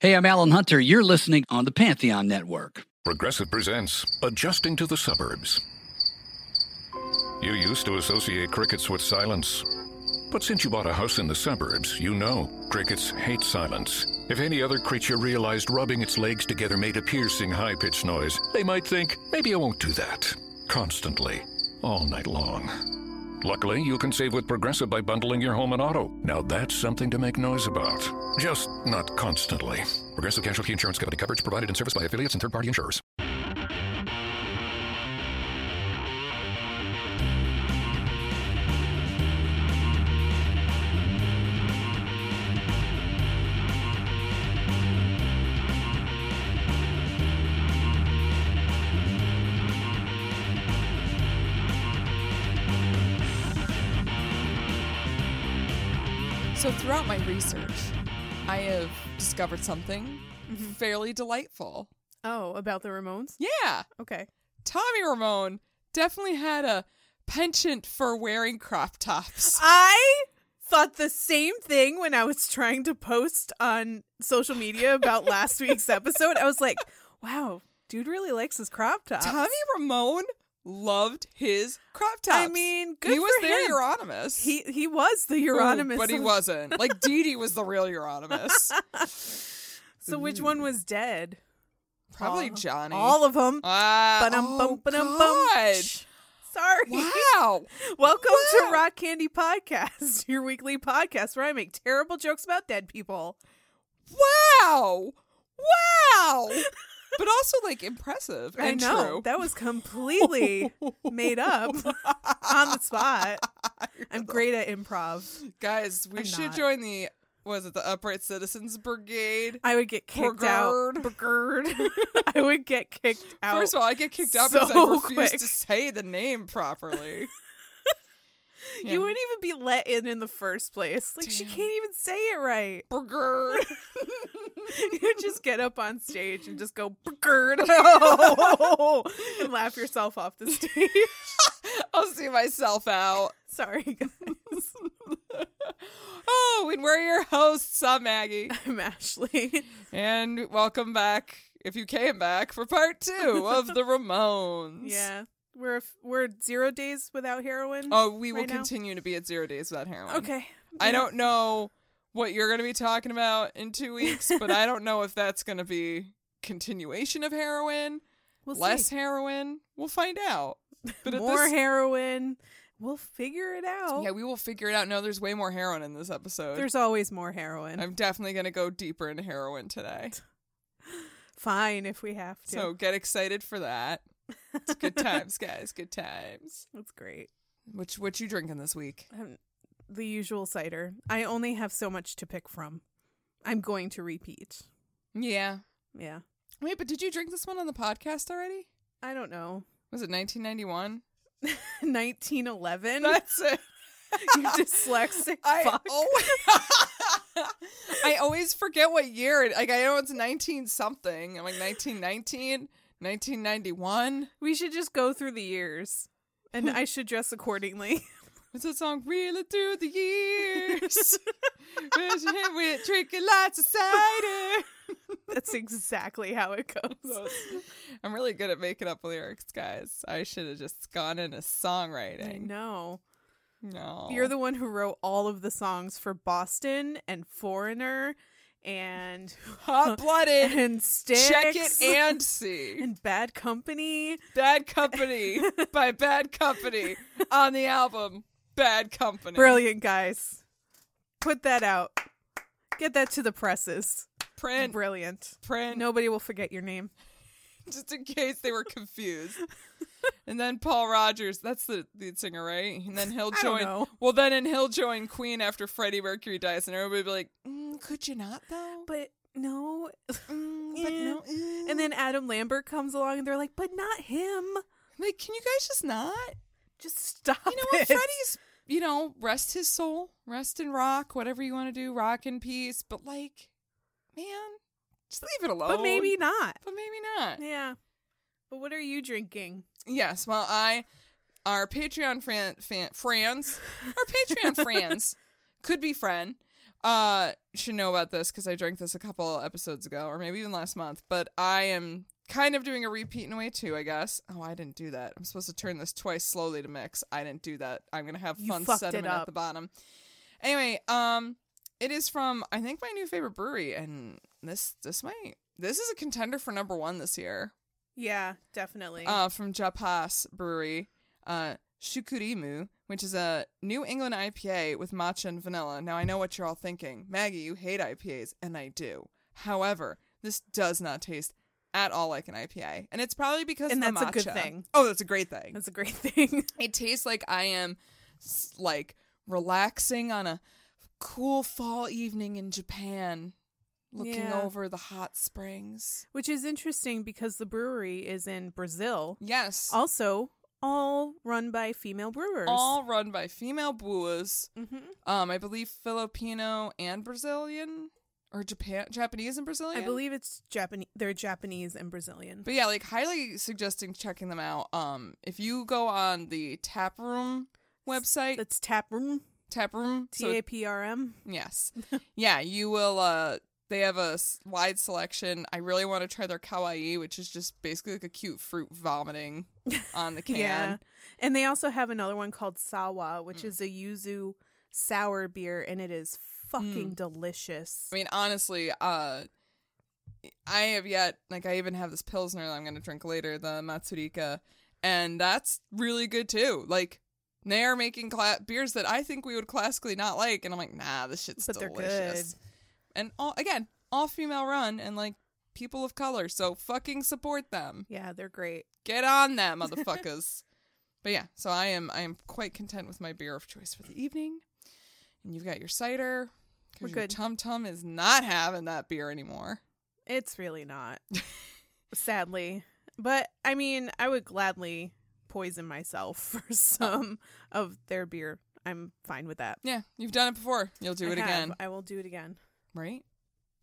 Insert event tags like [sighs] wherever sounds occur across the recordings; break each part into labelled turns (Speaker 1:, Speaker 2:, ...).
Speaker 1: Hey, I'm Alan Hunter. You're listening on the Pantheon Network.
Speaker 2: Progressive presents Adjusting to the Suburbs. You used to associate crickets with silence. But since you bought a house in the suburbs, you know crickets hate silence. If any other creature realized rubbing its legs together made a piercing, high pitched noise, they might think, maybe I won't do that. Constantly, all night long. Luckily, you can save with Progressive by bundling your home and auto. Now that's something to make noise about. Just not constantly. Progressive Casualty Insurance Company coverage provided and serviced by affiliates and third party insurers.
Speaker 3: So, throughout my research, I have discovered something
Speaker 4: Mm-hmm.
Speaker 3: fairly delightful.
Speaker 4: Oh, about the Ramones?
Speaker 3: Yeah,
Speaker 4: Okay.
Speaker 3: Tommy Ramone definitely had a penchant for wearing crop
Speaker 4: [laughs]
Speaker 3: tops.
Speaker 4: I thought the same thing when I was trying to post on social media about last [laughs] week's episode. I was like, wow, dude really likes his crop top.
Speaker 3: Tommy Ramone loved his crop tops.
Speaker 4: I mean, good
Speaker 3: he was
Speaker 4: for
Speaker 3: their
Speaker 4: him.
Speaker 3: Euronymous.
Speaker 4: He he was the
Speaker 3: Ooh,
Speaker 4: Euronymous.
Speaker 3: but he
Speaker 4: [laughs]
Speaker 3: wasn't. Like Dee Dee was the real Euronymous.
Speaker 4: So which one was dead?
Speaker 3: Probably
Speaker 4: All-
Speaker 3: Johnny.
Speaker 4: All of them.
Speaker 3: Ah, oh, God.
Speaker 4: Sorry.
Speaker 3: Wow.
Speaker 4: [laughs] Welcome
Speaker 3: Wow.
Speaker 4: to Rock Candy Podcast, [laughs] your weekly podcast where I make terrible jokes about dead people.
Speaker 3: Wow.
Speaker 4: [laughs]
Speaker 3: Wow. But also like impressive
Speaker 4: I
Speaker 3: and
Speaker 4: know
Speaker 3: true.
Speaker 4: that was completely made [laughs] up on the [laughs] spot. I'm great at improv.
Speaker 3: Guys, we
Speaker 4: I'm
Speaker 3: should
Speaker 4: not.
Speaker 3: join the was it the Upright Citizens Brigade?
Speaker 4: I would get kicked out. Brigade.
Speaker 3: [laughs]
Speaker 4: I would get kicked out.
Speaker 3: First of all, I get kicked out
Speaker 4: so
Speaker 3: because I refuse
Speaker 4: quick.
Speaker 3: to say the name
Speaker 4: [laughs]
Speaker 3: properly. Yeah.
Speaker 4: you wouldn't even be let in in the first place. Like she
Speaker 3: Damn.
Speaker 4: can't even say
Speaker 3: [laughs]
Speaker 4: it right. [laughs]
Speaker 3: Brigade.
Speaker 4: You just get up on stage and just go
Speaker 3: [laughs]
Speaker 4: Brigade. No, [laughs] and laugh yourself off the stage. [laughs]
Speaker 3: I'll see myself out.
Speaker 4: Sorry,
Speaker 3: [laughs]
Speaker 4: guys.
Speaker 3: Oh, and we're your hosts. I'm Maggie.
Speaker 4: [laughs] I'm Ashley.
Speaker 3: And welcome back, if you came back, for part two of
Speaker 4: [laughs]
Speaker 3: the Ramones.
Speaker 4: Yeah, we're we're zero days without heroin.
Speaker 3: Oh, we will
Speaker 4: Right now?
Speaker 3: continue to be at zero days without heroin.
Speaker 4: okay.
Speaker 3: I don't know what you're going to be talking about in two weeks, but I don't know if that's going to be continuation of [laughs] heroin,
Speaker 4: We'll
Speaker 3: less
Speaker 4: see.
Speaker 3: heroin. We'll find out. But at
Speaker 4: more
Speaker 3: this-
Speaker 4: heroin. We'll figure it out.
Speaker 3: Yeah, we will figure it out. No, there's way more heroin in this episode.
Speaker 4: There's always more heroin.
Speaker 3: I'm definitely going to go deeper into heroin today. [laughs]
Speaker 4: Fine if we have to.
Speaker 3: So get excited for that. It's [laughs] good times, guys. Good times.
Speaker 4: That's great.
Speaker 3: Which what you drinking this week?
Speaker 4: Um, the usual cider. I only have so much to pick from. I'm going to repeat.
Speaker 3: Yeah.
Speaker 4: Yeah.
Speaker 3: Wait, but did you drink this one on the podcast already?
Speaker 4: I don't know. [laughs]
Speaker 3: Was it 1991?
Speaker 4: 1911.
Speaker 3: That's it.
Speaker 4: [laughs] you dyslexic
Speaker 3: [laughs] I
Speaker 4: fuck.
Speaker 3: always, [laughs] I always forget what year. it- Like I know it's 19 something. I'm like 1919, 1991.
Speaker 4: We should just go through the years, and I should dress accordingly. [laughs]
Speaker 3: What's that song? Reel it through the
Speaker 4: [laughs]
Speaker 3: years. Raise your hand, We're drinking lots of
Speaker 4: [laughs]
Speaker 3: cider.
Speaker 4: That's exactly how it
Speaker 3: [laughs]
Speaker 4: goes.
Speaker 3: I'm really good at making up lyrics, guys. I should have just gone into
Speaker 4: I
Speaker 3: songwriting.
Speaker 4: know.
Speaker 3: No,
Speaker 4: You're the one who wrote all of the songs for Boston and Foreigner and
Speaker 3: hot blooded.
Speaker 4: [laughs] and Sticks
Speaker 3: Check it and see.
Speaker 4: and Bad Company.
Speaker 3: Bad Company by Bad Company on the album Bad Company.
Speaker 4: Brilliant guys. Put that out. Get that to the presses.
Speaker 3: Print.
Speaker 4: Brilliant.
Speaker 3: Print.
Speaker 4: Nobody will forget your name.
Speaker 3: [laughs] Just in case they were confused. and then Paul Rogers, that's the lead singer, right? And then he'll
Speaker 4: I don't
Speaker 3: join.
Speaker 4: know.
Speaker 3: Well, then and he'll join Queen after Freddie Mercury dies, and everybody will be like, mm, "Could you not though?"
Speaker 4: But no.
Speaker 3: Mm,
Speaker 4: eh.
Speaker 3: eh.
Speaker 4: And then Adam Lambert comes along and they're like, but not him.
Speaker 3: like, can you guys just not?
Speaker 4: Just stop.
Speaker 3: You know
Speaker 4: [laughs]
Speaker 3: what,
Speaker 4: it.
Speaker 3: Freddie's, you know, rest his soul, rest in rock, whatever you want to do, rock in peace. But like, man, just leave it alone.
Speaker 4: But maybe not.
Speaker 3: but maybe not.
Speaker 4: Yeah. But what are you drinking?
Speaker 3: Yes. Well, I, our
Speaker 4: [laughs]
Speaker 3: Patreon fran, fan, friends, our Patreon friends, could be friend, uh should know about this because I drank this a couple episodes ago, or maybe even last month. But I am kind of doing a repeat in a way too, I guess. Oh, I didn't do that. I'm supposed to turn this twice slowly to mix. I didn't do that. I'm gonna have
Speaker 4: You
Speaker 3: fun
Speaker 4: fucked it
Speaker 3: sediment
Speaker 4: up.
Speaker 3: at the bottom. Anyway, um, it is from I think my new favorite brewery, and this this might this is a contender for number one this year.
Speaker 4: Yeah, definitely.
Speaker 3: Uh, from Japas Brewery, uh, Shukurimu, which is a New England IPA with matcha and vanilla. Now, I know what you're all thinking. Maggie, you hate IPAs, and I do. However, this does not taste at all like an IPA. And it's probably because
Speaker 4: And
Speaker 3: of the
Speaker 4: that's a good
Speaker 3: matcha.
Speaker 4: thing.
Speaker 3: Oh, that's a great thing.
Speaker 4: That's a great [laughs] thing.
Speaker 3: It tastes like I am s- like relaxing on a cool fall evening in Japan, looking
Speaker 4: Yeah.
Speaker 3: over the hot springs.
Speaker 4: Which is interesting because the brewery is in Brazil.
Speaker 3: Yes.
Speaker 4: Also, all run by female brewers.
Speaker 3: all run by female brewers.
Speaker 4: hmm
Speaker 3: Um, I believe Filipino and Brazilian, or Japan, Japanese and Brazilian.
Speaker 4: I believe it's Japanese. They're Japanese and Brazilian.
Speaker 3: But yeah, like highly suggesting checking them out. Um, if you go on the Taproom website,
Speaker 4: That's Taproom.
Speaker 3: Taproom, so-
Speaker 4: T A P R M. [laughs]
Speaker 3: yes, yeah, you will. Uh, they have a s- wide selection. I really want to try their kawaii, which is just basically like a cute fruit
Speaker 4: [laughs]
Speaker 3: vomiting on the can.
Speaker 4: Yeah. And they also have another one called Sawa,
Speaker 3: Hmm.
Speaker 4: which is a yuzu sour beer, and it is
Speaker 3: Hmm.
Speaker 4: fucking delicious.
Speaker 3: I mean, honestly, uh, I have yet like I even have this pilsner that I'm gonna drink later, the Matsurika, and that's really good too. Like they are making cla- beers that I think we would classically not like, and I'm like, nah, this shit's
Speaker 4: But they're
Speaker 3: delicious. And all again, all female run and like people of color, so fucking support them.
Speaker 4: yeah, they're great.
Speaker 3: Get on that, motherfuckers. [laughs] but yeah, so I am I am quite content with my beer of choice for the evening. And you've got your cider.
Speaker 4: We're
Speaker 3: Because your
Speaker 4: good.
Speaker 3: Tum Tum is not having that beer anymore.
Speaker 4: It's really not, sadly. But I mean, I would gladly poison myself [laughs] for some of their beer. I'm fine with that.
Speaker 3: Yeah, you've done it before. You'll do
Speaker 4: I
Speaker 3: it
Speaker 4: have.
Speaker 3: again.
Speaker 4: I will do it again.
Speaker 3: Right?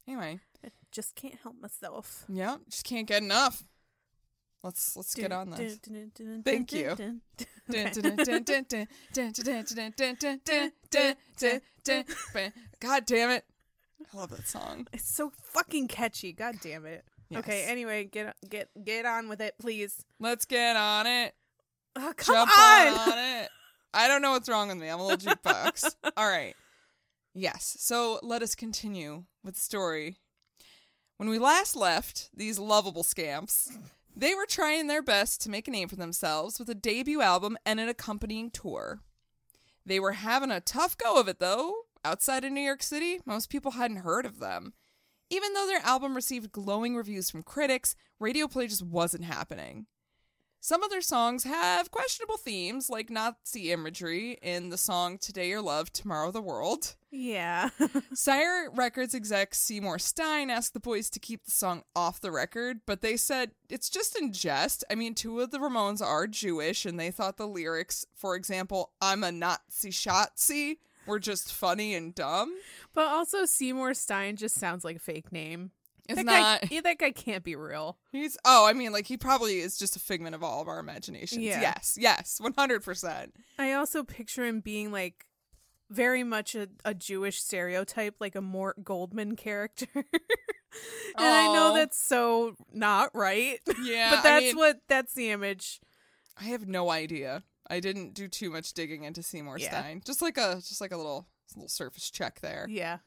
Speaker 3: Anyway.
Speaker 4: Just can't help myself.
Speaker 3: Yeah, just can't get enough. Let's let's get on this. Thank you. Dun, dun, dun, dun, dun, dun, dun, dun, dun, dun, dun, dun, dun, dun, dun. God damn it. I love that song.
Speaker 4: [laughs] It's so fucking catchy. God damn it. Okay.
Speaker 3: Yes.
Speaker 4: Anyway, get get get on with it, please.
Speaker 3: Let's get on it.
Speaker 4: Oh, come
Speaker 3: Jump
Speaker 4: on.
Speaker 3: on it. I don't know what's wrong with me. I'm a little jukebox. All right. Yes. So let us continue with the story. When we last left these lovable scamps, they were trying their best to make a name for themselves with a debut album and an accompanying tour. They were having a tough go of it, though. Outside of New York City, most people hadn't heard of them. Even though their album received glowing reviews from critics, radio play just wasn't happening. Some of their songs have questionable themes, like Nazi imagery in the song Today Your Love, Tomorrow the World.
Speaker 4: Yeah. [laughs]
Speaker 3: Sire Records exec Seymour Stein asked the boys to keep the song off the record, but they said it's just in jest. I mean, two of the Ramones are Jewish, and they thought the lyrics, for example, I'm a Nazi Shotzi, were just funny and dumb.
Speaker 4: but also, Seymour Stein just sounds like a fake name.
Speaker 3: It's
Speaker 4: that
Speaker 3: not.
Speaker 4: Guy, yeah, that guy can't be real.
Speaker 3: He's oh, I mean, like he probably is just a figment of all of our imaginations.
Speaker 4: Yeah.
Speaker 3: Yes, yes, one hundred percent.
Speaker 4: I also picture him being like very much a, a Jewish stereotype, like a Mort Goldman character. [laughs] and I
Speaker 3: Aw.
Speaker 4: know that's so not right. [laughs]
Speaker 3: Yeah,
Speaker 4: but
Speaker 3: I
Speaker 4: that's
Speaker 3: mean-
Speaker 4: what that's the image.
Speaker 3: I have no idea. I didn't do too much digging into Seymour
Speaker 4: Yeah.
Speaker 3: Stein. Just like a just like a little little surface check there.
Speaker 4: Yeah.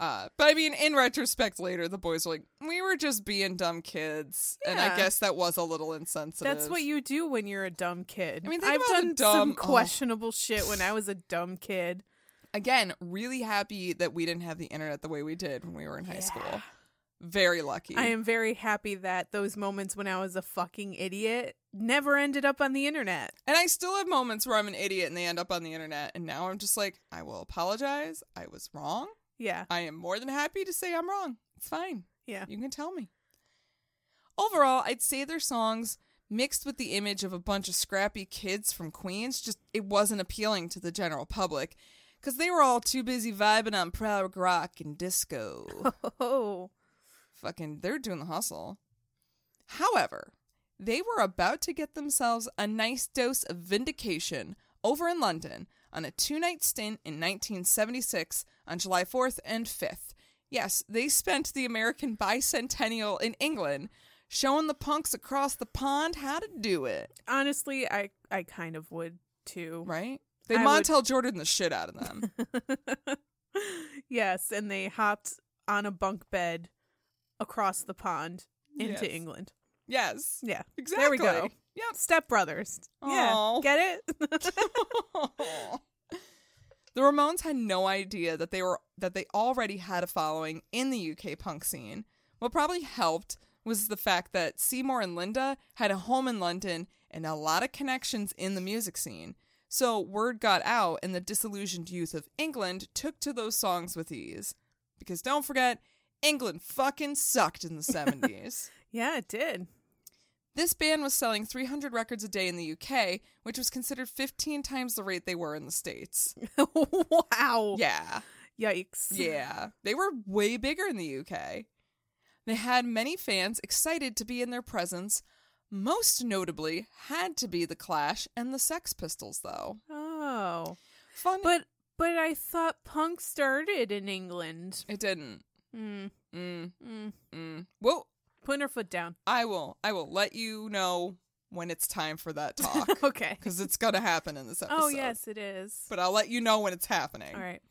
Speaker 3: Uh, but I mean, in retrospect, later the boys were like, "We were just being dumb kids," and I
Speaker 4: Yeah.
Speaker 3: guess that was a little insensitive.
Speaker 4: That's what you do when you're a dumb kid.
Speaker 3: I mean, think
Speaker 4: I've
Speaker 3: about the
Speaker 4: done
Speaker 3: dumb-
Speaker 4: some
Speaker 3: oh.
Speaker 4: questionable shit when I was a dumb kid.
Speaker 3: Again, really happy that we didn't have the internet the way we did when we were in high school. Very lucky.
Speaker 4: I am very happy that those moments when I was a fucking idiot never ended up on the internet.
Speaker 3: And I still have moments where I'm an idiot and they end up on the internet. And now I'm just like, I will apologize. I was wrong.
Speaker 4: Yeah.
Speaker 3: I am more than happy to say I'm wrong. It's fine.
Speaker 4: Yeah.
Speaker 3: You can tell me. Overall, I'd say their songs mixed with the image of a bunch of scrappy kids from Queens just it wasn't appealing to the general public cuz they were all too busy vibing on prog rock and disco.
Speaker 4: [laughs] Oh.
Speaker 3: Fucking they're doing the hustle. However, they were about to get themselves a nice dose of vindication over in London on a two night stint in 1976 on July 4th and 5th. Yes, they spent the American bicentennial in England showing the punks across the pond how to do it,
Speaker 4: Honestly, I I kind of would too.
Speaker 3: right? They
Speaker 4: I would-
Speaker 3: Montel Jordan the shit out of
Speaker 4: [laughs]
Speaker 3: them.
Speaker 4: yes, and they hopped on a bunk bed across the pond into
Speaker 3: Yes.
Speaker 4: England.
Speaker 3: yes.
Speaker 4: Yeah.
Speaker 3: Exactly.
Speaker 4: we go. Step brothers. Yeah.
Speaker 3: Aw.
Speaker 4: Get it? [laughs]
Speaker 3: [laughs] Yep. the Ramones had no idea that they were that they already had a following in the UK punk scene. What probably helped was the fact that Seymour and Linda had a home in London and a lot of connections in the music scene. So word got out and the disillusioned youth of England took to those songs with ease. Because don't forget, England fucking sucked in the 70s.
Speaker 4: yeah, it did. [laughs]
Speaker 3: This band was selling 300 records a day in the UK, which was considered 15 times the rate they were in the States.
Speaker 4: wow.
Speaker 3: Yeah.
Speaker 4: Yikes.
Speaker 3: Yeah. They were way bigger in the UK. They had many fans excited to be in their presence. Most notably had to be The Clash and the Sex Pistols, though.
Speaker 4: Oh.
Speaker 3: Fun.
Speaker 4: But but I thought punk started in England.
Speaker 3: it didn't.
Speaker 4: Mm,
Speaker 3: Mm,
Speaker 4: mm.
Speaker 3: mm. Well,
Speaker 4: Putting her foot down. [laughs]
Speaker 3: I will. I will let you know when it's time for that talk
Speaker 4: [laughs] okay.
Speaker 3: because it's going to happen in this episode.
Speaker 4: Oh yes, it is.
Speaker 3: But I'll let you know when it's happening.
Speaker 4: All right.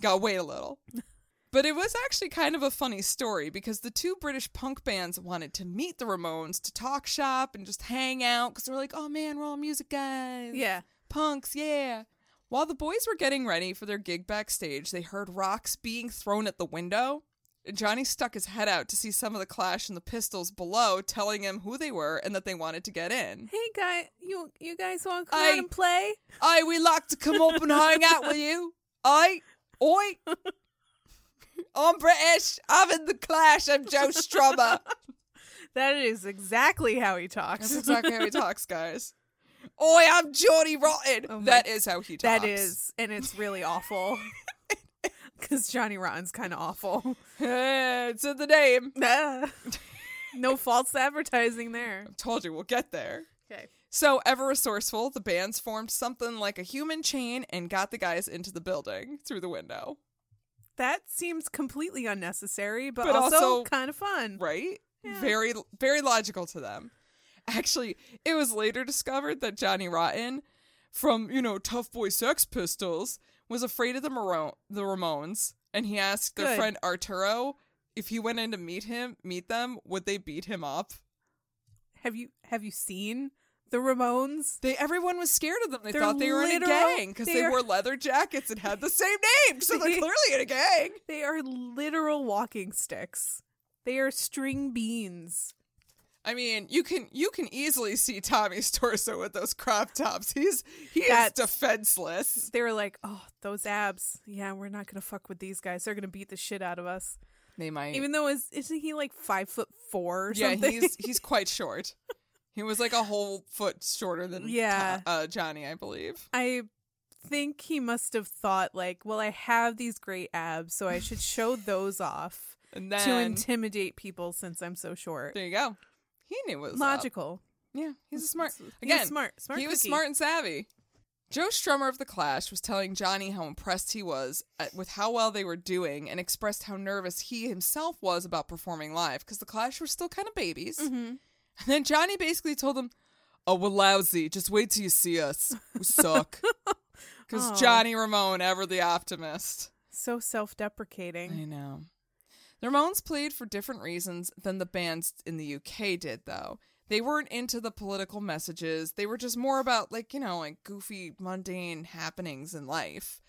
Speaker 3: gotta wait a little. [laughs] But it was actually kind of a funny story because the two British punk bands wanted to meet the Ramones to talk shop and just hang out because they were like, oh man, we're all music guys.
Speaker 4: Yeah.
Speaker 3: Punks, yeah. While the boys were getting ready for their gig backstage, they heard rocks being thrown at the window. Johnny stuck his head out to see some of the Clash and the Pistols below telling him who they were and that they wanted to get in.
Speaker 4: Hey guy, you you guys want to come out
Speaker 3: I-
Speaker 4: and play?
Speaker 3: Aye, we like to come up and hang out with you. Aye, oi. I'm British. I'm in the Clash. I'm Joe Strummer.
Speaker 4: That is exactly how he talks.
Speaker 3: That's exactly how he talks, guys. Oi, I'm Johnny Rotten.
Speaker 4: Oh my-
Speaker 3: that is how he talks.
Speaker 4: That is, and it's
Speaker 3: [laughs]
Speaker 4: really awful. Because Johnny Rotten's kind of awful.
Speaker 3: Eh, [laughs] it's in the name.
Speaker 4: Ah. [laughs] no false
Speaker 3: [laughs]
Speaker 4: advertising there.
Speaker 3: Told you, we'll get there.
Speaker 4: Okay.
Speaker 3: So, ever resourceful, the bands formed something like a human chain and got the guys into the building through the window.
Speaker 4: That seems completely unnecessary, but,
Speaker 3: But
Speaker 4: also,
Speaker 3: also-
Speaker 4: kind of fun.
Speaker 3: right?
Speaker 4: Yeah.
Speaker 3: Very very logical to them. Actually, it was later discovered that Johnny Rotten from, you know, Tough Boy Sex Pistols was afraid of the Maro- the Ramones and he asked their
Speaker 4: Good.
Speaker 3: friend Arturo if he went in to meet him, meet them, would they beat him up?
Speaker 4: Have you have you seen the Ramones?
Speaker 3: They everyone was scared of them. They
Speaker 4: They're
Speaker 3: thought they were in a
Speaker 4: literal-
Speaker 3: gang because they
Speaker 4: they're-
Speaker 3: wore leather jackets and had the same name, so they're
Speaker 4: [laughs] They-
Speaker 3: clearly in a gang.
Speaker 4: They are literal walking sticks. They are string beans.
Speaker 3: I mean, you can you can easily see Tommy's torso with those crop tops. He's he is
Speaker 4: That's-
Speaker 3: defenseless.
Speaker 4: They were like, "Oh, those abs. Yeah, we're not gonna fuck with these guys. They're gonna beat the shit out of us."
Speaker 3: They might.
Speaker 4: Even though is isn't he like five foot four? Or
Speaker 3: yeah,
Speaker 4: something?
Speaker 3: he's he's quite short. He was like a whole foot shorter than
Speaker 4: Yeah.
Speaker 3: Ta- uh, Johnny, I believe.
Speaker 4: [laughs] I think he must have thought like, well, I have these great abs, so I
Speaker 3: [laughs]
Speaker 4: should show those off
Speaker 3: And
Speaker 4: to
Speaker 3: then
Speaker 4: intimidate people since I'm so short.
Speaker 3: there you go. He knew what was up.
Speaker 4: Logical.
Speaker 3: Yeah, he's a smart.
Speaker 4: He's
Speaker 3: Again,
Speaker 4: smart, smart.
Speaker 3: he was
Speaker 4: cookie.
Speaker 3: smart and savvy. Joe Strummer of The Clash was telling Johnny how impressed he was at, with how well they were doing and expressed how nervous he himself was about performing live because The Clash were still kind of babies.
Speaker 4: Mhm.
Speaker 3: And then Johnny basically told him, Oh, we're lousy. Just wait till you see us. We
Speaker 4: [laughs]
Speaker 3: suck. Because
Speaker 4: Aw.
Speaker 3: Johnny Ramone, ever the optimist.
Speaker 4: So self-deprecating.
Speaker 3: I know. The Ramones played for different reasons than the bands in the UK did, though. They weren't into the political messages. They were just more about, like, you know, like goofy, mundane happenings in life.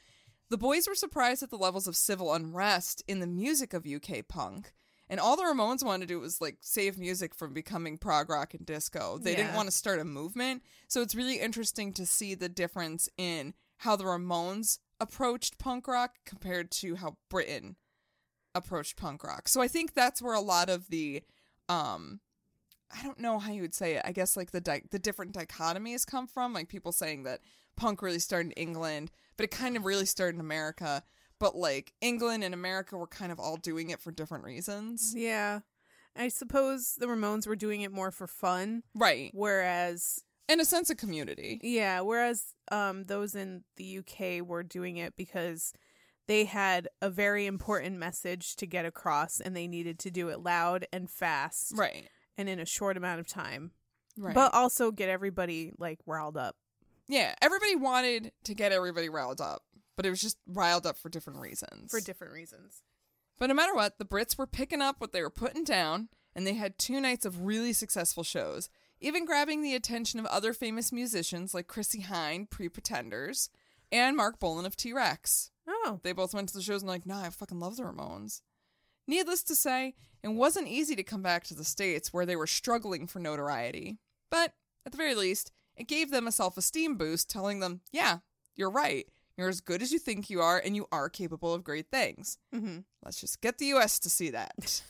Speaker 3: The boys were surprised at the levels of civil unrest in the music of UK punk. And all the Ramones wanted to do was like save music from becoming prog rock and disco. They didn't
Speaker 4: Yeah.
Speaker 3: want to start a movement. So it's really interesting to see the difference in how the Ramones approached punk rock compared to how Britain approached punk rock. So I think that's where a lot of the um I don't know how you would say it. I guess like the di- the different dichotomies come from, like people saying that punk really started in England, but it kind of really started in America. But like England and America were kind of all doing it for different reasons.
Speaker 4: Yeah. I suppose the Ramones were doing it more for fun,
Speaker 3: Right.
Speaker 4: whereas
Speaker 3: in a sense of community.
Speaker 4: Yeah, whereas um those in the UK were doing it because they had a very important message to get across and they needed to do it loud and fast
Speaker 3: Right.
Speaker 4: and in a short amount of time.
Speaker 3: Right.
Speaker 4: But also get everybody like riled up.
Speaker 3: yeah, everybody wanted to get everybody riled up, but it was just riled up for different reasons.
Speaker 4: different reasons.
Speaker 3: But no matter what, the Brits were picking up what they were putting down, and they had two nights of really successful shows, even grabbing the attention of other famous musicians like Chrissy Hine, pre Pretenders, and Mark Bolan of T Rex.
Speaker 4: Oh.
Speaker 3: They both went to the shows and, like, nah, I fucking love the Ramones. Needless to say, it wasn't easy to come back to the States where they were struggling for notoriety. But at the very least, it gave them a self esteem boost, telling them, yeah, you're right. You're as good as you think you are, and you are capable of great things.
Speaker 4: Mm-hmm.
Speaker 3: Let's just get the US to see that.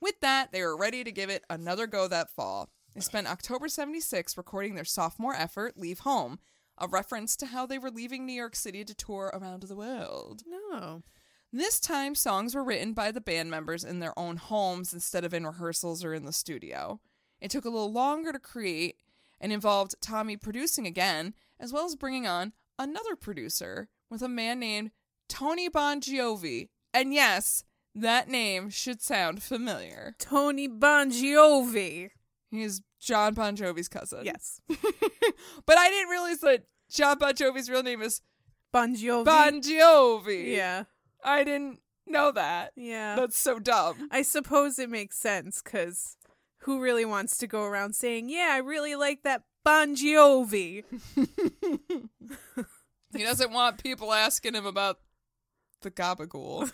Speaker 3: With that, they were ready to give it another go that fall. They spent October 76 recording their sophomore effort, Leave Home, a reference to how they were leaving New York City to tour around the world.
Speaker 4: No.
Speaker 3: This time, songs were written by the band members in their own homes instead of in rehearsals or in the studio. It took a little longer to create and involved Tommy producing again, as well as bringing on another producer with a man named Tony Bongiovi. And yes, that name should sound familiar.
Speaker 4: Tony Bongiovi.
Speaker 3: He is John Bon Jovi's cousin.
Speaker 4: Yes.
Speaker 3: but I didn't realize that John Bon Jovi's real name is
Speaker 4: Bongiovi.
Speaker 3: Bon Jovi.
Speaker 4: yeah.
Speaker 3: I didn't know that.
Speaker 4: Yeah.
Speaker 3: That's so dumb.
Speaker 4: I suppose it makes sense because who really wants to go around saying, "Yeah, I really like that Bon Jovi"? [laughs]
Speaker 3: He doesn't want people asking him about the
Speaker 4: [laughs]
Speaker 3: gabagool.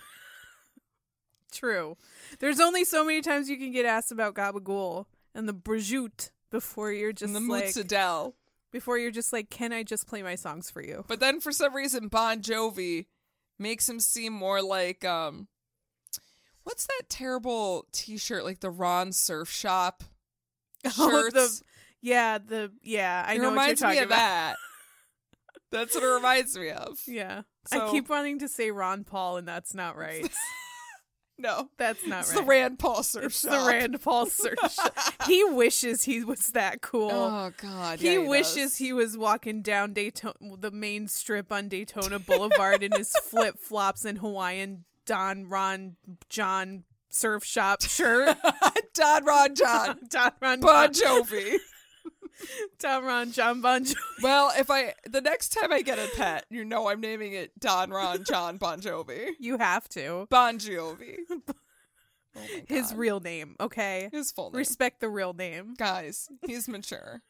Speaker 4: True. There's only so many times you can get asked about Gabagool and the Brijout before you're
Speaker 3: and
Speaker 4: just
Speaker 3: the
Speaker 4: like
Speaker 3: Mootsadel.
Speaker 4: before you're just like, "Can I just play my songs
Speaker 3: [laughs]
Speaker 4: for you?"
Speaker 3: But then for some reason Bon Jovi makes him seem more like um what's that terrible t shirt like the Ron Surf Shop shirts?
Speaker 4: [laughs] Oh, the yeah, the yeah, I
Speaker 3: it
Speaker 4: know what you're
Speaker 3: reminds
Speaker 4: talking
Speaker 3: me of
Speaker 4: about.
Speaker 3: that. That's what it reminds me of.
Speaker 4: [laughs] Yeah, I
Speaker 3: So-
Speaker 4: keep wanting to say Ron Paul, and that's
Speaker 3: [laughs]
Speaker 4: not right.
Speaker 3: No.
Speaker 4: That's not
Speaker 3: it's
Speaker 4: right.
Speaker 3: the Rand Paul Surf
Speaker 4: It's
Speaker 3: Shop.
Speaker 4: the Rand Paul search.
Speaker 3: [laughs]
Speaker 4: he wishes he was that cool.
Speaker 3: Oh god.
Speaker 4: he
Speaker 3: yeah,
Speaker 4: wishes
Speaker 3: does.
Speaker 4: he was walking down Daytona, the main strip on Daytona Boulevard in
Speaker 3: [laughs]
Speaker 4: his flip flops and Hawaiian Don Ron John
Speaker 3: [laughs]
Speaker 4: surf shop shirt.
Speaker 3: Don Ron John.
Speaker 4: [laughs] Don Ron
Speaker 3: Bon
Speaker 4: John,
Speaker 3: Jovi.
Speaker 4: Don Ron John Bon Jovi.
Speaker 3: Well, if I the next time I get a pet, you know I'm naming it Don Ron John Bon Jovi.
Speaker 4: You have to.
Speaker 3: Bon Jovi. Oh my
Speaker 4: His
Speaker 3: God.
Speaker 4: real name, okay?
Speaker 3: his full name.
Speaker 4: Respect the real name.
Speaker 3: Guys, he's mature.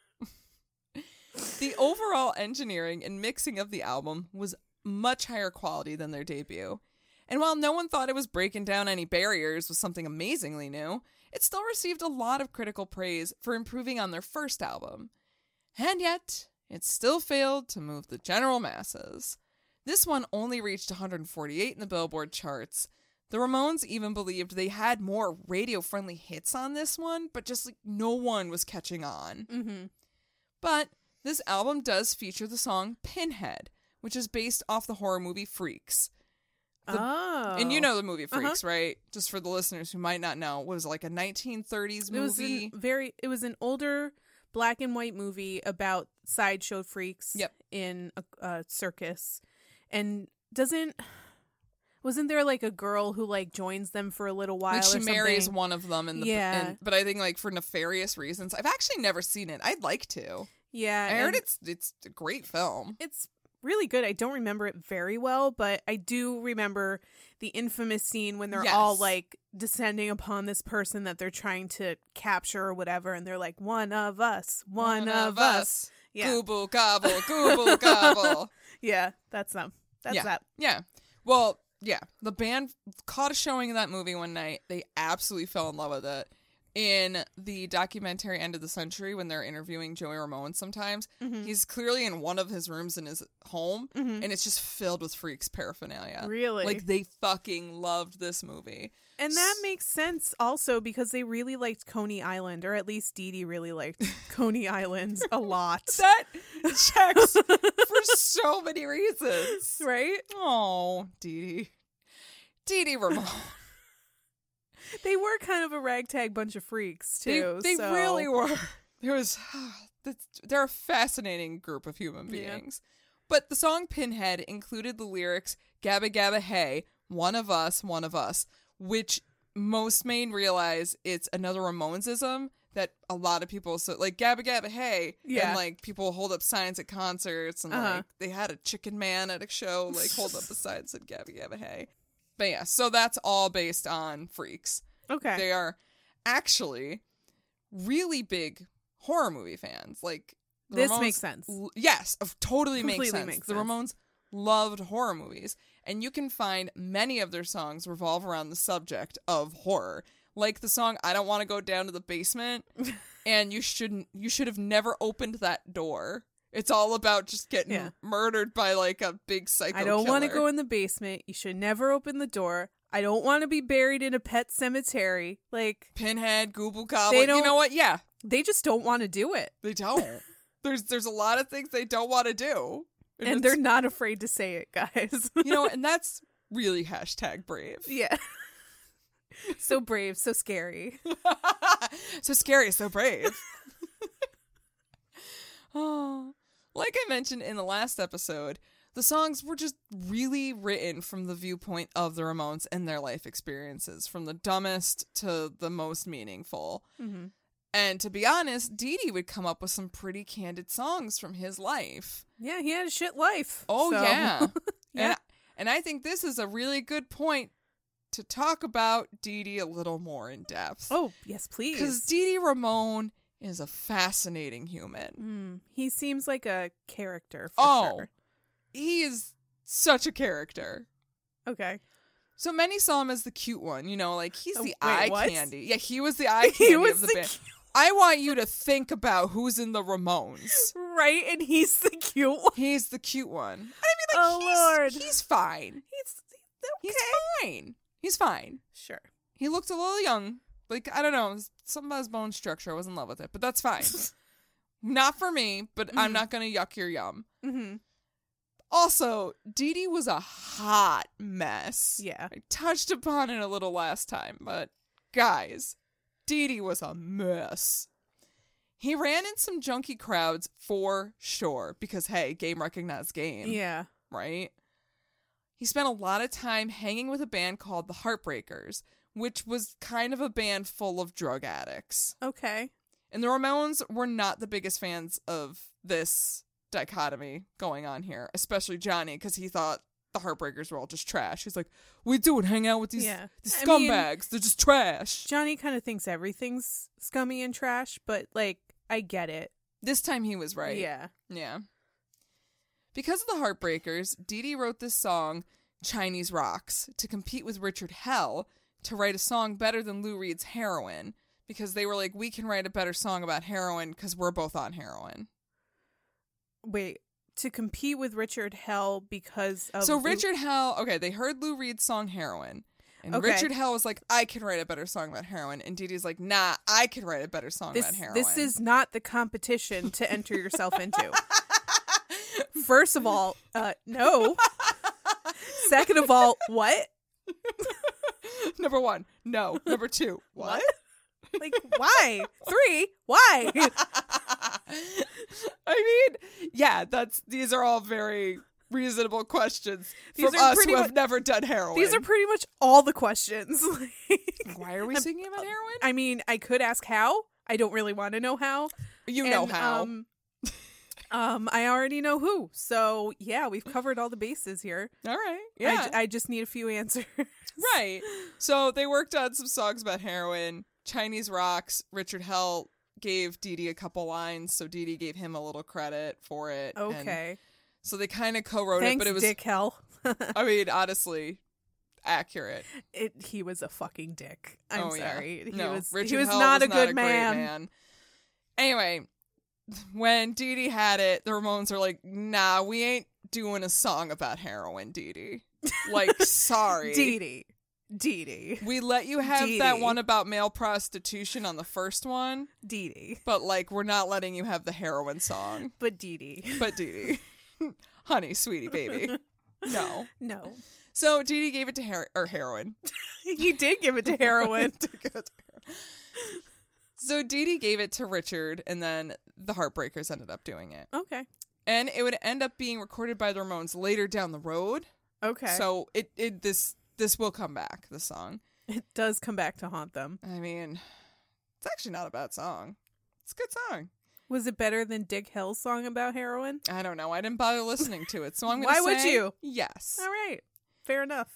Speaker 3: the overall engineering and mixing of the album was much higher quality than their debut. And while no one thought it was breaking down any barriers with something amazingly new, it still received a lot of critical praise for improving on their first album. And yet, it still failed to move the general masses. This one only reached 148 in the Billboard charts. The Ramones even believed they had more radio friendly hits on this one, but just like no one was catching on.
Speaker 4: Mm-hmm.
Speaker 3: But this album does feature the song Pinhead, which is based off the horror movie Freaks. The-
Speaker 4: oh.
Speaker 3: And you know the movie Freaks, right? Just for the listeners who might not know, it was like a 1930s
Speaker 4: it was
Speaker 3: movie.
Speaker 4: an very it was an older black and white movie about sideshow freaks
Speaker 3: Yep.
Speaker 4: in a, a circus and doesn't wasn't there like a girl who like joins them for a little while
Speaker 3: like she
Speaker 4: or
Speaker 3: marries
Speaker 4: something?
Speaker 3: one of them in the
Speaker 4: Yeah.
Speaker 3: and, but I think like for nefarious reasons. I've actually never seen it. I'd like to.
Speaker 4: yeah
Speaker 3: I heard
Speaker 4: and
Speaker 3: it's it's a great film.
Speaker 4: it's really good i don't remember it very well but i do remember the infamous scene when they're all
Speaker 3: Yes.
Speaker 4: like descending upon this person that they're trying to capture or whatever and they're like one of us one, of us, yeah
Speaker 3: Gooble gobble,
Speaker 4: [laughs]
Speaker 3: gooble gobble.
Speaker 4: yeah that's them that's
Speaker 3: Yeah.
Speaker 4: that
Speaker 3: Yeah. Well, yeah. The band caught a showing of that movie one night. They absolutely fell in love with it. In the documentary End of the Century, when they're interviewing Joey Ramone, sometimes
Speaker 4: Mm-hmm.
Speaker 3: he's clearly in one of his rooms in his home, and it's just filled with freaks paraphernalia.
Speaker 4: Really?
Speaker 3: Like they fucking loved this
Speaker 4: [laughs]
Speaker 3: movie.
Speaker 4: And that makes sense also because they really liked Coney Island, or at least Dee Dee
Speaker 3: [laughs]
Speaker 4: really liked Coney Island a lot.
Speaker 3: That checks
Speaker 4: [laughs]
Speaker 3: for so many reasons.
Speaker 4: right?
Speaker 3: Oh, Dee Dee. Dee Dee Ramone.
Speaker 4: They were kind of a ragtag bunch of freaks,
Speaker 3: They,
Speaker 4: too.
Speaker 3: they
Speaker 4: so-
Speaker 3: really were. [sighs] There was that's- they're a fascinating group of human beings. But the song Pinhead included the lyrics Gabba Gabba Hey, one of us, one of us, which most made realize it's another Ramonesism that a lot of people so like Gabba Gabba Hey
Speaker 4: Yeah.
Speaker 3: and like people hold up signs at concerts and
Speaker 4: Uh-huh.
Speaker 3: like they had a chicken man at a show like hold up a
Speaker 4: [laughs]
Speaker 3: sign that said Gabba Gabba Hey. But yeah, so that's all based on freaks.
Speaker 4: Okay.
Speaker 3: They are actually really big horror movie fans. Like the
Speaker 4: this
Speaker 3: Ramones-
Speaker 4: makes sense.
Speaker 3: l- yes, of totally makes
Speaker 4: Completely
Speaker 3: sense.
Speaker 4: makes
Speaker 3: the
Speaker 4: sense.
Speaker 3: Ramones loved horror movies, and you can find many of their songs revolve around the subject of horror. Like the song "I Don't Want to Go Down to the Basement,"
Speaker 4: [laughs]
Speaker 3: and you shouldn't. You should have never opened that door. It's all about just getting
Speaker 4: Yeah.
Speaker 3: murdered by like a big psycho.
Speaker 4: I don't want to
Speaker 3: killer.
Speaker 4: go in the basement. You should never open the door. I don't want to be buried in a pet cemetery. Like
Speaker 3: Pinhead, Gooble Goblin. You
Speaker 4: don't-
Speaker 3: know what? Yeah,
Speaker 4: they just don't want to do it,
Speaker 3: They don't. there's there's a lot of things they don't want to do,
Speaker 4: and
Speaker 3: it's-
Speaker 4: they're not afraid to say it,
Speaker 3: [laughs]
Speaker 4: guys.
Speaker 3: you know, and that's really hashtag brave.
Speaker 4: yeah. [laughs] so brave, so scary.
Speaker 3: [laughs] so scary, so
Speaker 4: [laughs]
Speaker 3: brave. [laughs] oh, like I mentioned in the last episode, the songs were just really written from the viewpoint of the Ramones and their life experiences, from the dumbest to the most meaningful.
Speaker 4: Mhm.
Speaker 3: And to be honest, Dee Dee would come up with some pretty candid songs from his life.
Speaker 4: Yeah, he had a shit life.
Speaker 3: Oh
Speaker 4: so- [laughs]
Speaker 3: yeah.
Speaker 4: Yeah.
Speaker 3: And, and I think this is a really good point to talk about Dee Dee a little more in depth.
Speaker 4: Oh yes, please.
Speaker 3: Because Dee Dee Ramone is a fascinating human.
Speaker 4: Mm, he seems like a character. For
Speaker 3: Oh.
Speaker 4: sure.
Speaker 3: He is such a character.
Speaker 4: okay.
Speaker 3: So many saw him as the cute one, you know, like he's
Speaker 4: Oh,
Speaker 3: the
Speaker 4: wait,
Speaker 3: eye
Speaker 4: what?
Speaker 3: candy. Yeah, he was
Speaker 4: [laughs]
Speaker 3: the eye
Speaker 4: He
Speaker 3: candy
Speaker 4: was
Speaker 3: of the,
Speaker 4: the
Speaker 3: band. I want you to think about who's in the Ramones.
Speaker 4: Right, and he's the cute one. [laughs]
Speaker 3: He's the cute one. I
Speaker 4: Oh
Speaker 3: mean, like, he's,
Speaker 4: lord,
Speaker 3: he's fine.
Speaker 4: he's,
Speaker 3: He's fine. He's fine.
Speaker 4: sure.
Speaker 3: He looked a little young. Like I don't know, something about his bone structure. I was in love with it, but that's fine. not for me, but I'm
Speaker 4: Mhm.
Speaker 3: not gonna yuck your yum.
Speaker 4: hmm
Speaker 3: Also, Dee Dee was a hot mess.
Speaker 4: Yeah.
Speaker 3: I touched upon it a little last time, but guys, Dee Dee was a mess. He ran in some junky crowds for sure, because hey, game recognized game,
Speaker 4: Yeah.
Speaker 3: right? He spent a lot of time hanging with a band called the Heartbreakers, which was kind of a band full of drug addicts.
Speaker 4: Okay.
Speaker 3: And the Ramones were not the biggest fans of this dichotomy going on here, especially Johnny, because he thought the Heartbreakers were all just trash. He's like, we do and hang out with these,
Speaker 4: Yeah.
Speaker 3: these
Speaker 4: I mean-
Speaker 3: scumbags. They're just trash.
Speaker 4: Johnny kind of thinks everything's scummy and trash, but like I get it.
Speaker 3: This time he was right.
Speaker 4: Yeah.
Speaker 3: Yeah. Because of the Heartbreakers, Dee Dee wrote this song, Chinese Rocks, to compete with Richard Hell to write a song better than Lou Reed's Heroin, because they were like, we can write a better song about heroin because we're both on heroin.
Speaker 4: Wait, to compete with Richard Hell because of
Speaker 3: so
Speaker 4: Lou-
Speaker 3: Richard Hell, okay, they heard Lou Reed's song "Heroin," and
Speaker 4: Okay.
Speaker 3: Richard Hell was like, "I can write a better song about heroin," and Dee Dee's like, "Nah, I can write a better song
Speaker 4: This
Speaker 3: about heroin."
Speaker 4: this is not the competition to enter yourself into. [laughs] First of all, uh no. Second of all, what?
Speaker 3: [laughs] number one. No, number
Speaker 4: [laughs]
Speaker 3: two. What?
Speaker 4: Like why? Three?
Speaker 3: [laughs]
Speaker 4: Why?
Speaker 3: I mean, yeah, that's these are all very reasonable questions
Speaker 4: These
Speaker 3: from
Speaker 4: are
Speaker 3: us
Speaker 4: pretty
Speaker 3: who have
Speaker 4: mu-
Speaker 3: never done heroin.
Speaker 4: These are pretty much all the questions. [laughs]
Speaker 3: [laughs]
Speaker 4: Like,
Speaker 3: why are we singing about heroin?
Speaker 4: I mean, I could ask how. I don't really want to know how.
Speaker 3: You know
Speaker 4: And,
Speaker 3: how.
Speaker 4: Um, um, I already know who. So yeah, we've covered all the bases here.
Speaker 3: all right.
Speaker 4: I
Speaker 3: Yeah.
Speaker 4: j- I, just need a few answers. [laughs]
Speaker 3: Right. So they worked on some songs about heroin, Chinese rocks. Richard Hell gave Dee Dee a couple lines, so Dee Dee gave him a little credit for it. and
Speaker 4: Okay.
Speaker 3: so they kind of co-wrote
Speaker 4: Thanks,
Speaker 3: it, but it was,
Speaker 4: Dick Hell.
Speaker 3: I mean, honestly, accurate.
Speaker 4: It, he was a fucking dick. I'm
Speaker 3: Oh, yeah.
Speaker 4: sorry. He
Speaker 3: no,
Speaker 4: was.
Speaker 3: Richard
Speaker 4: he was
Speaker 3: Hell
Speaker 4: not a
Speaker 3: was
Speaker 4: good
Speaker 3: great
Speaker 4: man.
Speaker 3: Anyway, [laughs] when Dee Dee had it, the Ramones are like, "Nah, we ain't doing a song about heroin, Dee Dee.
Speaker 4: [laughs]
Speaker 3: Like, sorry,
Speaker 4: Dee Dee. Dee Dee.
Speaker 3: We let you have that
Speaker 4: Dee.
Speaker 3: one about male prostitution on the first one,
Speaker 4: Dee Dee.
Speaker 3: but like we're not letting you have the heroin song.
Speaker 4: But Dee Dee.
Speaker 3: But Dee Dee, [laughs] honey, sweetie,
Speaker 4: [laughs]
Speaker 3: baby, no.
Speaker 4: No. [laughs]
Speaker 3: So Dee Dee gave it to her or heroin. [laughs]
Speaker 4: [laughs] He did give it to heroin.
Speaker 3: To give it to heroin. So Dee Dee gave it to Richard, and then the Heartbreakers ended up doing it.
Speaker 4: Okay.
Speaker 3: And it would end up being recorded by the Ramones later down the road.
Speaker 4: Okay.
Speaker 3: So it, it this this will come back, the song.
Speaker 4: it does come back to haunt them.
Speaker 3: I mean, it's actually not a bad song. It's a good song.
Speaker 4: Was it better than Dick Hill's song about heroin?
Speaker 3: I don't know. I didn't bother listening to it, so
Speaker 4: [laughs]
Speaker 3: I'm going to
Speaker 4: Why
Speaker 3: say
Speaker 4: would you?
Speaker 3: Yes.
Speaker 4: All right. Fair enough.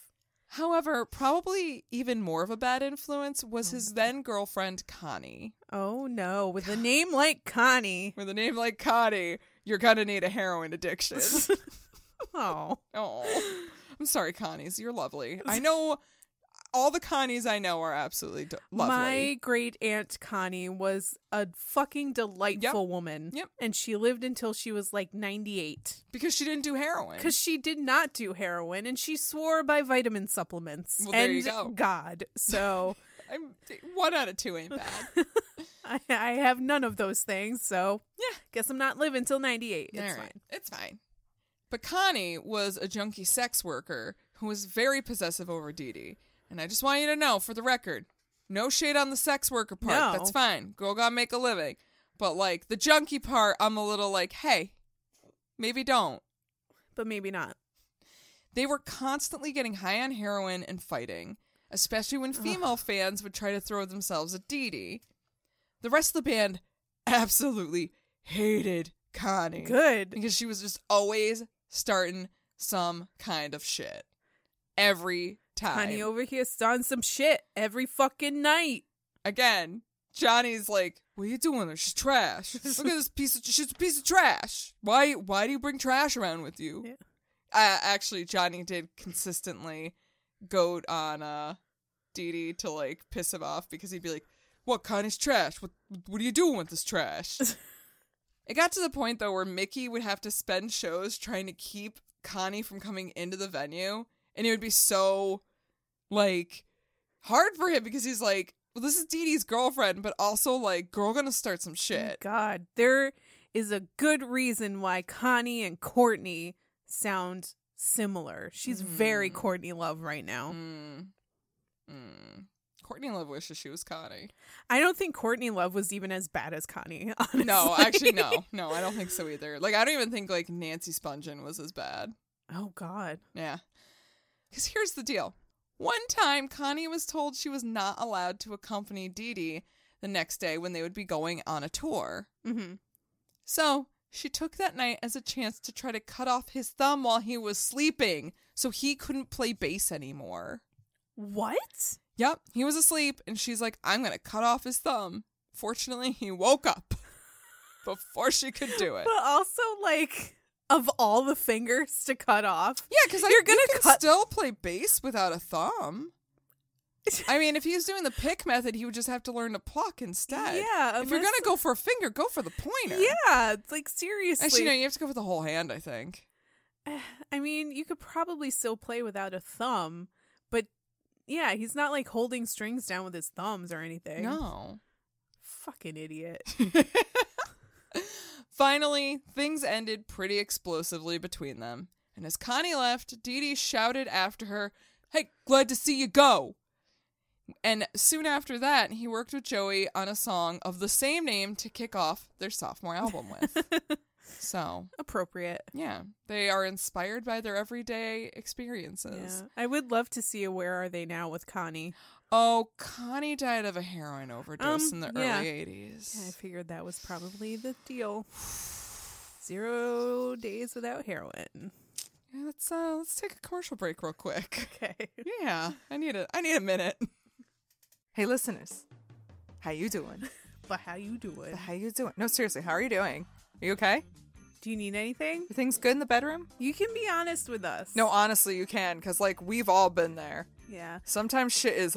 Speaker 3: However, probably even more of a bad influence was his then girlfriend Connie.
Speaker 4: Oh no,
Speaker 3: [sighs]
Speaker 4: with a name like Connie.
Speaker 3: With a name like Connie, you're gonna need a heroin
Speaker 4: [laughs]
Speaker 3: addiction.
Speaker 4: Oh.
Speaker 3: oh, [laughs] I'm sorry, Connies. You're lovely.
Speaker 4: [laughs]
Speaker 3: I know all the Connies I know are absolutely d- lovely.
Speaker 4: My great aunt Connie was a fucking delightful woman.
Speaker 3: Yep.
Speaker 4: And she lived until she was like 98
Speaker 3: Because she didn't do heroin.
Speaker 4: because she did not do heroin and she swore by vitamin supplements
Speaker 3: Well, there
Speaker 4: and
Speaker 3: you go.
Speaker 4: God.
Speaker 3: [laughs]
Speaker 4: So
Speaker 3: I'm, one out of two ain't
Speaker 4: [laughs]
Speaker 3: bad.
Speaker 4: I, I have none of those things. So
Speaker 3: Yeah.
Speaker 4: guess I'm not living till 98. It's
Speaker 3: All
Speaker 4: fine.
Speaker 3: right. It's fine. But Connie was a junkie sex worker who was very possessive over Dee Dee. And I just want you to know, for the record, no shade on the sex worker part.
Speaker 4: No.
Speaker 3: That's fine. Girl gotta make a living. But like the junkie part, I'm a little like, hey, maybe don't.
Speaker 4: But maybe not.
Speaker 3: They were constantly getting high on heroin and fighting, especially when female fans would try to throw themselves at Dee Dee. The rest of the band absolutely hated Connie
Speaker 4: Good.
Speaker 3: because she was just always starting some kind of shit every time.
Speaker 4: Connie over here starting some shit every fucking night.
Speaker 3: Again, Johnny's like, "What are you doing there? She's trash.
Speaker 4: [laughs]
Speaker 3: Look at this piece of she's a piece of trash. Why? Why do you bring trash around with you?"
Speaker 4: Yeah.
Speaker 3: Uh, actually, Johnny did consistently goad on uh, Dee Dee to like piss him off because he'd be like, "What Connie's trash? What What are you doing with this trash?" It got to the point though where Mickey would have to spend shows trying to keep Connie from coming into the venue, and it would be so like hard for him because he's like, "Well, this is Dee Dee's girlfriend, but also like, girl, gonna start some shit."
Speaker 4: God, there is a good reason why Connie and Courtney sound similar. She's very
Speaker 3: Mm.
Speaker 4: Courtney Love right now.
Speaker 3: Mm. Mm. Courtney Love wishes she was Connie.
Speaker 4: I don't think Courtney Love was even as bad as Connie. [laughs]
Speaker 3: [laughs]
Speaker 4: Honestly.
Speaker 3: No, actually, no, no, I don't think so either. Like, I don't even think like Nancy Spungen was as bad.
Speaker 4: oh God.
Speaker 3: Yeah. Because here's the deal. One time, Connie was told she was not allowed to accompany Dee Dee the next day when they would be going on a tour.
Speaker 4: Mm-hmm.
Speaker 3: So she took that night as a chance to try to cut off his thumb while he was sleeping so he couldn't play bass anymore.
Speaker 4: What?
Speaker 3: Yep, he was asleep, and she's like, I'm going to cut off his thumb. Fortunately, he woke up [laughs] before she could do it.
Speaker 4: But also, like, of all the fingers to cut off,
Speaker 3: Yeah, because
Speaker 4: You're
Speaker 3: you're gonna
Speaker 4: gonna
Speaker 3: you can
Speaker 4: cut-
Speaker 3: still play bass without a
Speaker 4: [laughs]
Speaker 3: thumb. I mean, if he was doing the pick method, he would just have to learn to pluck instead.
Speaker 4: Yeah,
Speaker 3: If you're
Speaker 4: unless-
Speaker 3: gonna go for a finger, go for the pointer.
Speaker 4: yeah, it's like seriously.
Speaker 3: Actually, no, you have to go for the whole hand. I think.
Speaker 4: I mean, you could probably still play without a thumb, but yeah, he's not like holding strings down with his thumbs or anything.
Speaker 3: No. [laughs]
Speaker 4: Fucking idiot.
Speaker 3: Finally, things ended pretty explosively between them, and as Connie left, Dee Dee shouted after her, "Hey, glad to see you go." And soon after that, he worked with Joey on a song of the same name to kick off their sophomore album with.
Speaker 4: [laughs]
Speaker 3: so,
Speaker 4: Appropriate.
Speaker 3: yeah, they are inspired by their everyday experiences.
Speaker 4: Yeah. I would love to see a Where Are They Now with Connie.
Speaker 3: Oh, Connie died of a heroin overdose
Speaker 4: Um,
Speaker 3: in the
Speaker 4: yeah.
Speaker 3: early
Speaker 4: Yeah, I
Speaker 3: 80s.
Speaker 4: figured that was probably the deal. Zero days
Speaker 3: [laughs]
Speaker 4: without heroin.
Speaker 3: Yeah, let's uh, let's take a commercial break real quick.
Speaker 4: Okay.
Speaker 3: Yeah, I need a I need a minute.
Speaker 5: [laughs] Hey, listeners, how you [laughs] doing?
Speaker 4: But how you doing?
Speaker 5: How you doing? No, seriously, how are you doing? Are you okay?
Speaker 4: Do you need anything?
Speaker 5: Everything's good in the bedroom?
Speaker 4: You can be honest with us.
Speaker 5: No, honestly, you can, because, like, we've all been there.
Speaker 4: Yeah.
Speaker 5: Sometimes shit is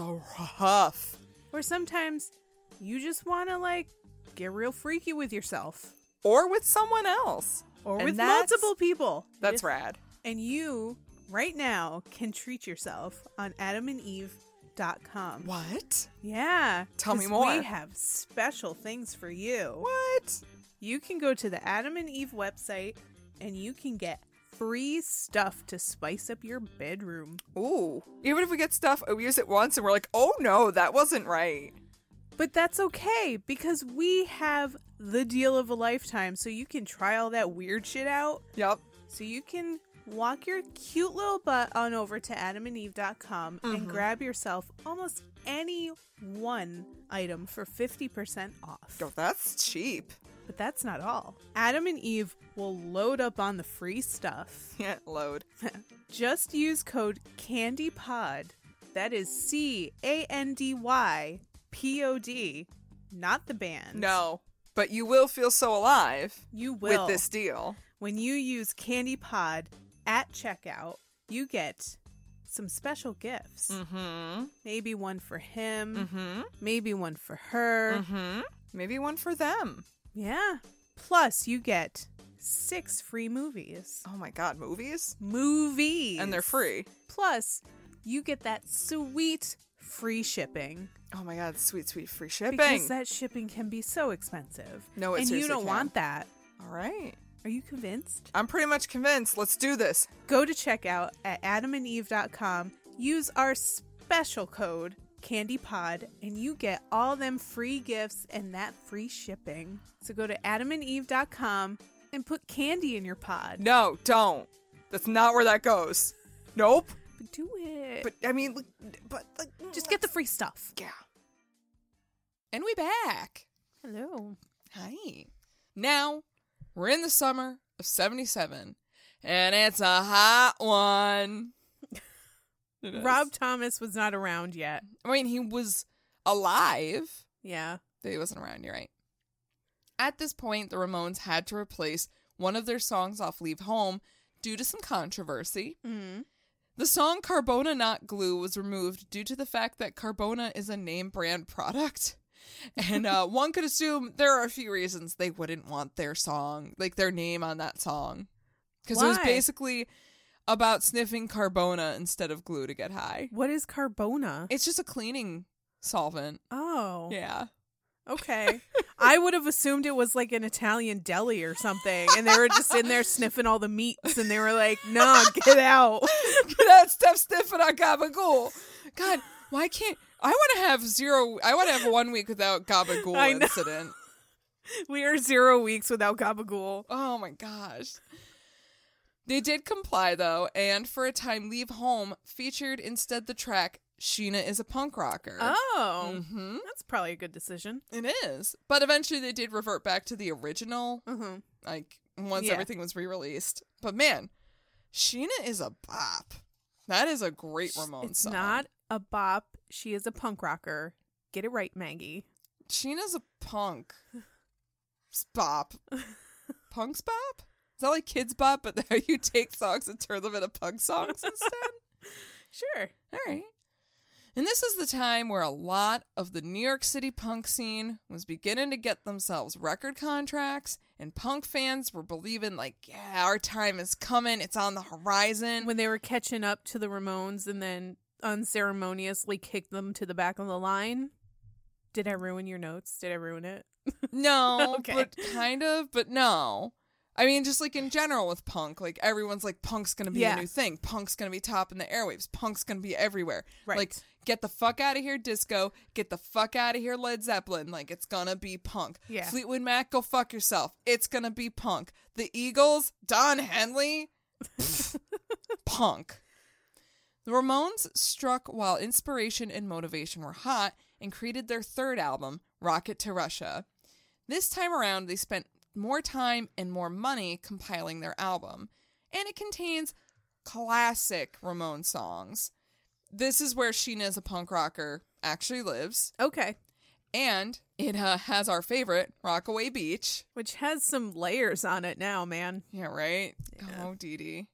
Speaker 5: rough.
Speaker 4: Or sometimes you just want to like get real freaky with yourself
Speaker 5: Or with someone else.
Speaker 4: or
Speaker 5: And
Speaker 4: with
Speaker 5: that's-
Speaker 4: multiple people.
Speaker 5: That's
Speaker 4: right.
Speaker 5: rad.
Speaker 4: And you, right now, can treat yourself on adamandeve.com.
Speaker 5: What?
Speaker 4: Yeah.
Speaker 5: Tell me
Speaker 4: 'cause
Speaker 5: more.
Speaker 4: We have special things for you.
Speaker 5: What?
Speaker 4: You can go to the Adam and Eve website and you can get free stuff to spice up your bedroom.
Speaker 5: Ooh. Even if we get stuff, we use it once and we're like, oh no, that wasn't right.
Speaker 4: But that's okay because we have the deal of a lifetime, so you can try all that weird shit out.
Speaker 3: Yep.
Speaker 4: So you can walk your cute little butt on over to adamandeve.com and grab yourself almost any one item for 50% off.
Speaker 3: Go. That's cheap.
Speaker 4: But that's not all. Adam and Eve will load up on the free stuff.
Speaker 3: Yeah. Load.
Speaker 4: Just use code CANDYPOD. That is C A N D Y P O D, not the band.
Speaker 3: No. But you will feel so alive
Speaker 4: You will.
Speaker 3: with this deal.
Speaker 4: When you use Candy Pod at checkout, you get some special gifts.
Speaker 3: Mm-hmm.
Speaker 4: Maybe one for him,
Speaker 3: Mm-hmm.
Speaker 4: maybe one for her.
Speaker 3: Mm-hmm. Maybe one for them.
Speaker 4: Yeah. Plus, you get six free movies.
Speaker 3: Oh my god, movies?
Speaker 4: Movies.
Speaker 3: And they're free.
Speaker 4: Plus, you get that sweet free shipping.
Speaker 3: Oh my god, sweet, sweet free shipping.
Speaker 4: Because that shipping can be so expensive.
Speaker 3: No, it
Speaker 4: And you
Speaker 3: seriously
Speaker 4: don't
Speaker 3: can.
Speaker 4: want that.
Speaker 3: All right.
Speaker 4: Are you convinced?
Speaker 3: I'm pretty much convinced. Let's do this.
Speaker 4: Go to checkout at adamandeve.com, use our special code CandyPod, and you get all them free gifts and that free shipping. So go to adamandeve.com and put candy in your pod.
Speaker 3: No, don't. That's not where that goes. Nope.
Speaker 4: But do it.
Speaker 3: But I mean, like, but like,
Speaker 4: just get the free stuff.
Speaker 3: yeah. And we back.
Speaker 4: Hello.
Speaker 3: Hi. Now we're in the summer of '77, and it's a hot [laughs] one. It is.
Speaker 4: Rob Thomas was not around yet.
Speaker 3: I mean, he was alive.
Speaker 4: Yeah.
Speaker 3: that he wasn't around. You're right. At this point, the Ramones had to replace one of their songs off Leave Home due to some controversy.
Speaker 4: Mm-hmm.
Speaker 3: The song Carbona Not Glue was removed due to the fact that Carbona is a name brand
Speaker 4: [laughs]
Speaker 3: product. And uh, one could assume there are a few reasons they wouldn't want their song, like their name on that song. Because it was
Speaker 4: Why?
Speaker 3: basically about sniffing Carbona instead of glue to get high.
Speaker 4: What is Carbona?
Speaker 3: It's just a cleaning solvent.
Speaker 4: oh.
Speaker 3: Yeah. [laughs]
Speaker 4: Okay. I would have assumed it was like an Italian deli or something. And they were just in there sniffing all the meats and they were like, no, get out.
Speaker 3: that stuff sniffing on gabagool. God, why can't I want to have zero? I want to have one week without
Speaker 4: I
Speaker 3: gabagool
Speaker 4: know.
Speaker 3: incident.
Speaker 4: We are zero weeks without gabagool.
Speaker 3: Oh my gosh. They did comply though, and for a time, Leave Home featured instead the track "Sheena Is a Punk Rocker."
Speaker 4: Oh.
Speaker 3: Mhm.
Speaker 4: That's probably a good decision.
Speaker 3: It is, but eventually they did revert back to the original,
Speaker 4: Mm-hmm.
Speaker 3: like once
Speaker 4: Yeah.
Speaker 3: everything was re-released. But man, Sheena is a bop. That is a great Ramones
Speaker 4: It's
Speaker 3: song.
Speaker 4: not a bop. She is a punk rocker. Get it right, Maggie.
Speaker 3: Sheena's a punk.
Speaker 4: [laughs]
Speaker 3: Spop. Punk's bop? Is that like kids bop, but [laughs] how you take songs and turn them into punk songs instead?
Speaker 4: [laughs] Sure.
Speaker 3: All right. And this is the time where a lot of the New York City punk scene was beginning to get themselves record contracts, and punk fans were believing, like, yeah, our time is coming. It's on the horizon.
Speaker 4: When they were catching up to the Ramones and then unceremoniously kicked them to the back of the line. Did I ruin your notes? Did I ruin it?
Speaker 3: No,
Speaker 4: [laughs] Okay.
Speaker 3: but kind of, but no. I mean, just like in general with punk, like everyone's like, punk's gonna be
Speaker 4: Yeah.
Speaker 3: a new thing. Punk's gonna be top in the airwaves. Punk's gonna be everywhere.
Speaker 4: Right.
Speaker 3: Like, get the fuck out of here, disco. Get the fuck out of here, Led Zeppelin. Like, it's gonna be punk.
Speaker 4: Yeah.
Speaker 3: Fleetwood Mac, go fuck yourself. It's gonna be punk. The Eagles, Don Henley, Pfft. punk. The Ramones struck while inspiration and motivation were hot and created their third album, Rocket to Russia. This time around, they spent more time and more money compiling their album, and it contains classic Ramon songs. This is where Sheena is a punk rocker actually lives,
Speaker 4: Okay.
Speaker 3: and it uh, has our favorite, Rockaway Beach.
Speaker 4: Which has some layers on it now, man.
Speaker 3: Yeah, right? Oh, Dee Dee.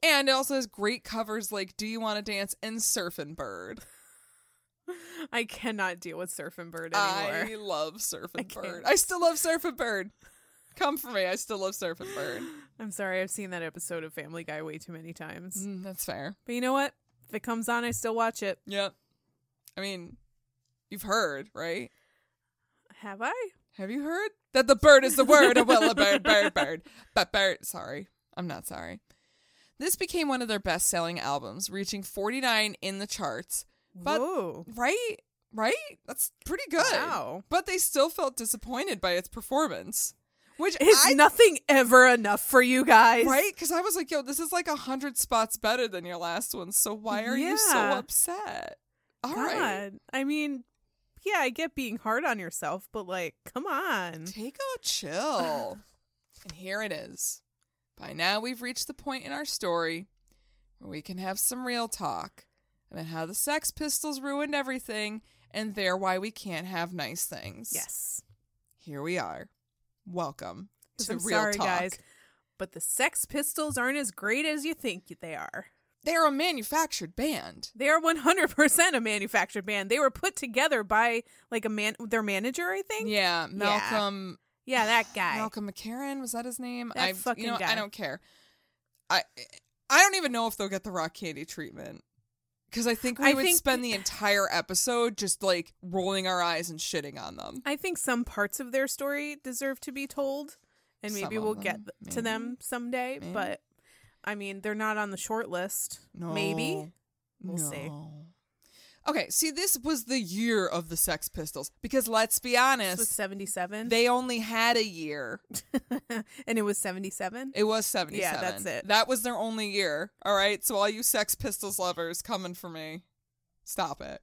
Speaker 3: And it also has great covers like Do You Want to Dance and Surfin' Bird.
Speaker 4: I cannot deal with Surfing Bird anymore.
Speaker 3: I love Surfin'
Speaker 4: can't.
Speaker 3: Bird. I still love Surfin' Bird. Come for me. I still love Surfin' Bird.
Speaker 4: [laughs] I'm sorry, I've seen that episode of Family Guy way too many times.
Speaker 3: Mm, that's fair.
Speaker 4: But you know what? If it comes on, I still watch it.
Speaker 3: Yep. I mean, you've heard, right?
Speaker 4: Have I?
Speaker 3: Have you heard that the bird is the word? Oh, well, a bird, bird, bird. But bird, sorry. I'm not sorry. This became one of their best selling albums, reaching 49 in the charts. But-
Speaker 4: Whoa.
Speaker 3: Right? right? That's pretty good.
Speaker 4: Wow.
Speaker 3: But they still felt disappointed by its performance, which
Speaker 4: Is
Speaker 3: I
Speaker 4: nothing ever enough for you guys?
Speaker 3: right because I was like, yo, this is like a hundred spots better than your last one. So why are you so
Speaker 4: Yeah.
Speaker 3: upset? All
Speaker 4: God.
Speaker 3: right,
Speaker 4: I mean, yeah, I get being hard on yourself, but like, come on.
Speaker 3: take a chill. Mm-hmm. [laughs] and here it is. By now, we've reached the point in our story where we can have some real talk about how the Sex Pistols ruined everything, and they're why we can't have nice things.
Speaker 4: Yes.
Speaker 3: here we are. Welcome
Speaker 4: 'Cause
Speaker 3: to
Speaker 4: I'm
Speaker 3: Real
Speaker 4: sorry,
Speaker 3: Talk.
Speaker 4: guys, but the Sex Pistols aren't as great as you think they are.
Speaker 3: They're a manufactured band.
Speaker 4: They are 100% a manufactured band. They were put together by like a man, their manager, I think.
Speaker 3: Yeah, Malcolm.
Speaker 4: Yeah, that guy.
Speaker 3: Malcolm McCarran was that his name?
Speaker 4: That
Speaker 3: I
Speaker 4: fucking
Speaker 3: you know,
Speaker 4: guy.
Speaker 3: I don't care. I I don't even know if they'll get the rock candy treatment because I think we
Speaker 4: I
Speaker 3: would
Speaker 4: think-
Speaker 3: spend the entire episode just like rolling our eyes and shitting on them.
Speaker 4: I think some parts of their story deserve to be told, and
Speaker 3: Some
Speaker 4: maybe
Speaker 3: of
Speaker 4: we'll
Speaker 3: them,
Speaker 4: get
Speaker 3: maybe.
Speaker 4: to them someday.
Speaker 3: Maybe.
Speaker 4: But I mean, they're not on the short list. Maybe. We'll see.
Speaker 3: see. Okay, see, this was the year of the Sex Pistols because let's be
Speaker 4: This was
Speaker 3: honest,
Speaker 4: 77.
Speaker 3: they only had a year.
Speaker 4: [laughs] and it was 77.
Speaker 3: It was 77.
Speaker 4: that's it.
Speaker 3: That was their only year. All right. So, all you Sex Pistols lovers coming for me, stop
Speaker 4: [laughs]
Speaker 3: it.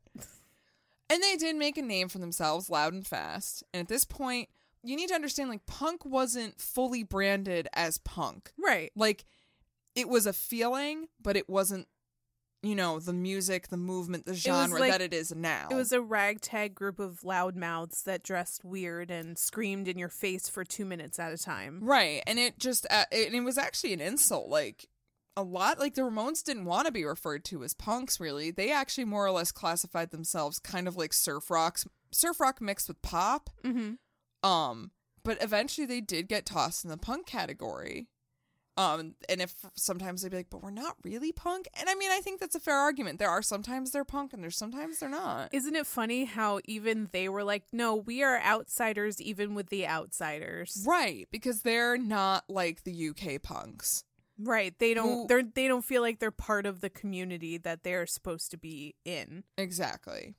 Speaker 3: and they did make a name for themselves loud and fast. And at this point, you need to understand like, punk wasn't fully branded as punk.
Speaker 4: Right.
Speaker 3: Like, it was a feeling, but it wasn't, you know, the music, the movement, the genre
Speaker 4: like-
Speaker 3: that it is now.
Speaker 4: It was a ragtag group of loudmouths that dressed weird and screamed in your face for two minutes at a time.
Speaker 3: Right. And it just, uh, it, and it was actually an insult. Like, a lot, like, the Ramones didn't want to be referred to as punks, really. They actually more or less classified themselves kind of like surf rocks, surf rock mixed with pop.
Speaker 4: Mm-hmm.
Speaker 3: Um, but eventually they did get tossed in the punk category. Um, and if sometimes they'd be like, but we're not really punk. And I mean, I think that's a fair argument. There are sometimes they're punk and there's sometimes they're not.
Speaker 4: Isn't it funny how even they were like, no, we are outsiders, even with the outsiders.
Speaker 3: Right. Because they're not like the UK punks.
Speaker 4: Right. They
Speaker 3: Who-
Speaker 4: don't they're they don't feel like they're part of the community that they're supposed to be in.
Speaker 3: Exactly.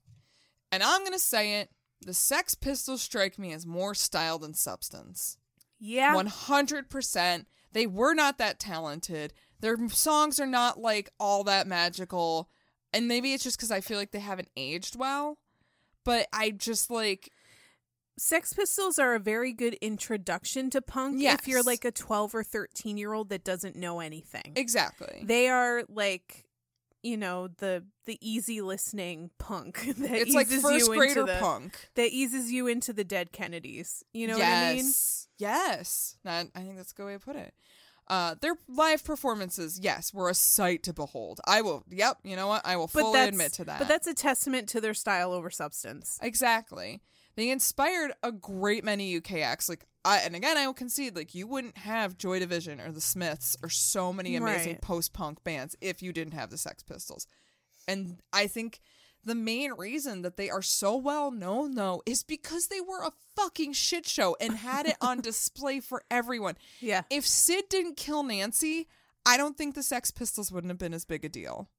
Speaker 3: And I'm going to say it the Sex Pistols strike me as more style than substance.
Speaker 4: Yeah.
Speaker 3: 100%. They were not that talented. Their m- songs are not like all that magical. And maybe it's just because I feel like they haven't aged well. But I just like,
Speaker 4: Sex Pistols are a very good introduction to punk if you're
Speaker 3: Yes.
Speaker 4: like a 12 or 13 year old that doesn't know anything.
Speaker 3: exactly.
Speaker 4: They are like you know the the easy listening punk [laughs] that
Speaker 3: it's
Speaker 4: eases
Speaker 3: like
Speaker 4: you
Speaker 3: first grader
Speaker 4: into the,
Speaker 3: punk.
Speaker 4: that eases you into the dead Kennedys. You know what I mean?
Speaker 3: yes. Yes. Not, I think that's a good way to put it. Uh, their live performances, yes, were a sight to behold. I will, yep, you know what? I will fully admit to that.
Speaker 4: But that's a testament to their style over substance.
Speaker 3: Exactly. They inspired a great many UK acts. Like I and again I will concede, like you wouldn't have Joy Division or the Smiths or so many amazing
Speaker 4: Right.
Speaker 3: post punk bands if you didn't have the Sex Pistols. And I think the main reason that they are so well known though is because they were a fucking shit show and had it on display for everyone.
Speaker 4: Yeah.
Speaker 3: If Sid didn't kill Nancy, I don't think the Sex Pistols wouldn't have been as big a deal.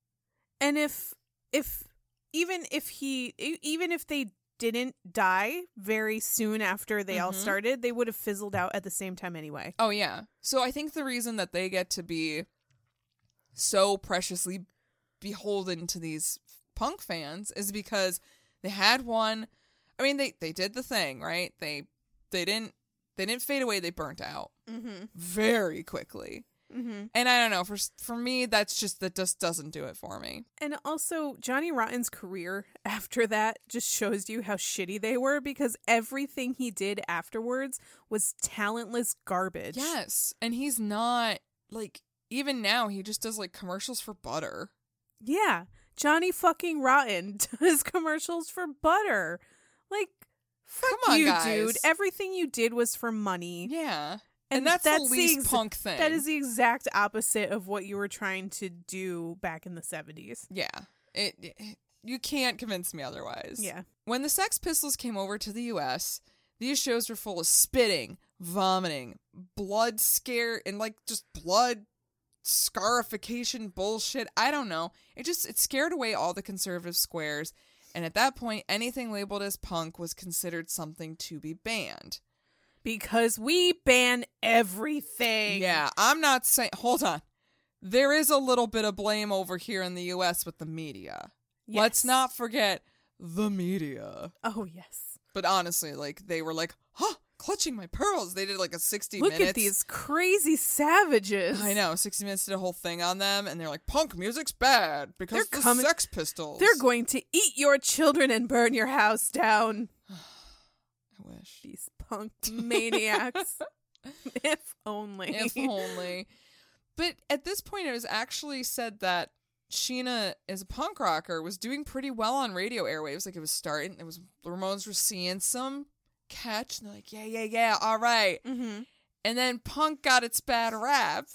Speaker 4: And if if even if he e- even if they didn't die very soon after they all
Speaker 3: Mhm.
Speaker 4: started, they would have fizzled out at the same time anyway.
Speaker 3: Oh yeah. So I think the reason that they get to be so preciously beholden to these punk fans is because they had one I mean they they did the thing, right? They they didn't they didn't fade away, they burnt out
Speaker 4: Mm-hmm.
Speaker 3: very quickly.
Speaker 4: Mm-hmm.
Speaker 3: And I don't know, for s- for me that's just that just doesn't do it for me.
Speaker 4: And also, Johnny Rotten's career [laughs] after that just shows you how shitty they were because everything he did afterwards was talentless garbage.
Speaker 3: Yes, and he's not like even now he just does like commercials for butter.
Speaker 4: Yeah. Johnny fucking Rotten [laughs] does commercials for butter. Like, fuck
Speaker 3: Come on,
Speaker 4: you,
Speaker 3: guys.
Speaker 4: dude. Everything you did was for money.
Speaker 3: Yeah. And, that's, the least
Speaker 4: ex-
Speaker 3: punk thing.
Speaker 4: That is the exact opposite of what you were trying to do back in the 70s.
Speaker 3: Yeah. It, it- you can't convince me otherwise.
Speaker 4: Yeah.
Speaker 3: When the Sex Pistols came over to the US, these shows were full of spitting, vomiting, blood scare and like just blood scarification bullshit. I don't know. It just it scared away all the conservative squares and at that point, anything labeled as punk was considered something to be banned.
Speaker 4: Because we ban everything.
Speaker 3: Yeah, I'm not saying. Hold on. There is a little bit of blame over here in the US with the media. Let's
Speaker 4: Yes.
Speaker 3: not forget the media.
Speaker 4: Oh, yes.
Speaker 3: But honestly, like, they were like, huh, clutching my pearls. They did like a 60
Speaker 4: Look
Speaker 3: minutes.
Speaker 4: at these crazy savages.
Speaker 3: I know. 60 Minutes did a whole thing on them, and they're like, punk music's bad because
Speaker 4: They're
Speaker 3: of the
Speaker 4: coming-
Speaker 3: Sex Pistols.
Speaker 4: They're going to eat your children and burn your house down.
Speaker 3: I wish.
Speaker 4: These
Speaker 3: [laughs]
Speaker 4: punk maniacs. if only. [laughs]
Speaker 3: If only. But at this point, it was actually said that Sheena, as a punk rocker, was doing pretty well on radio airwaves. Like it was starting. It was the Ramones were seeing some catch, and they're like, "Yeah, yeah, yeah, all right."
Speaker 4: Mhm.
Speaker 3: And then punk got its bad rap,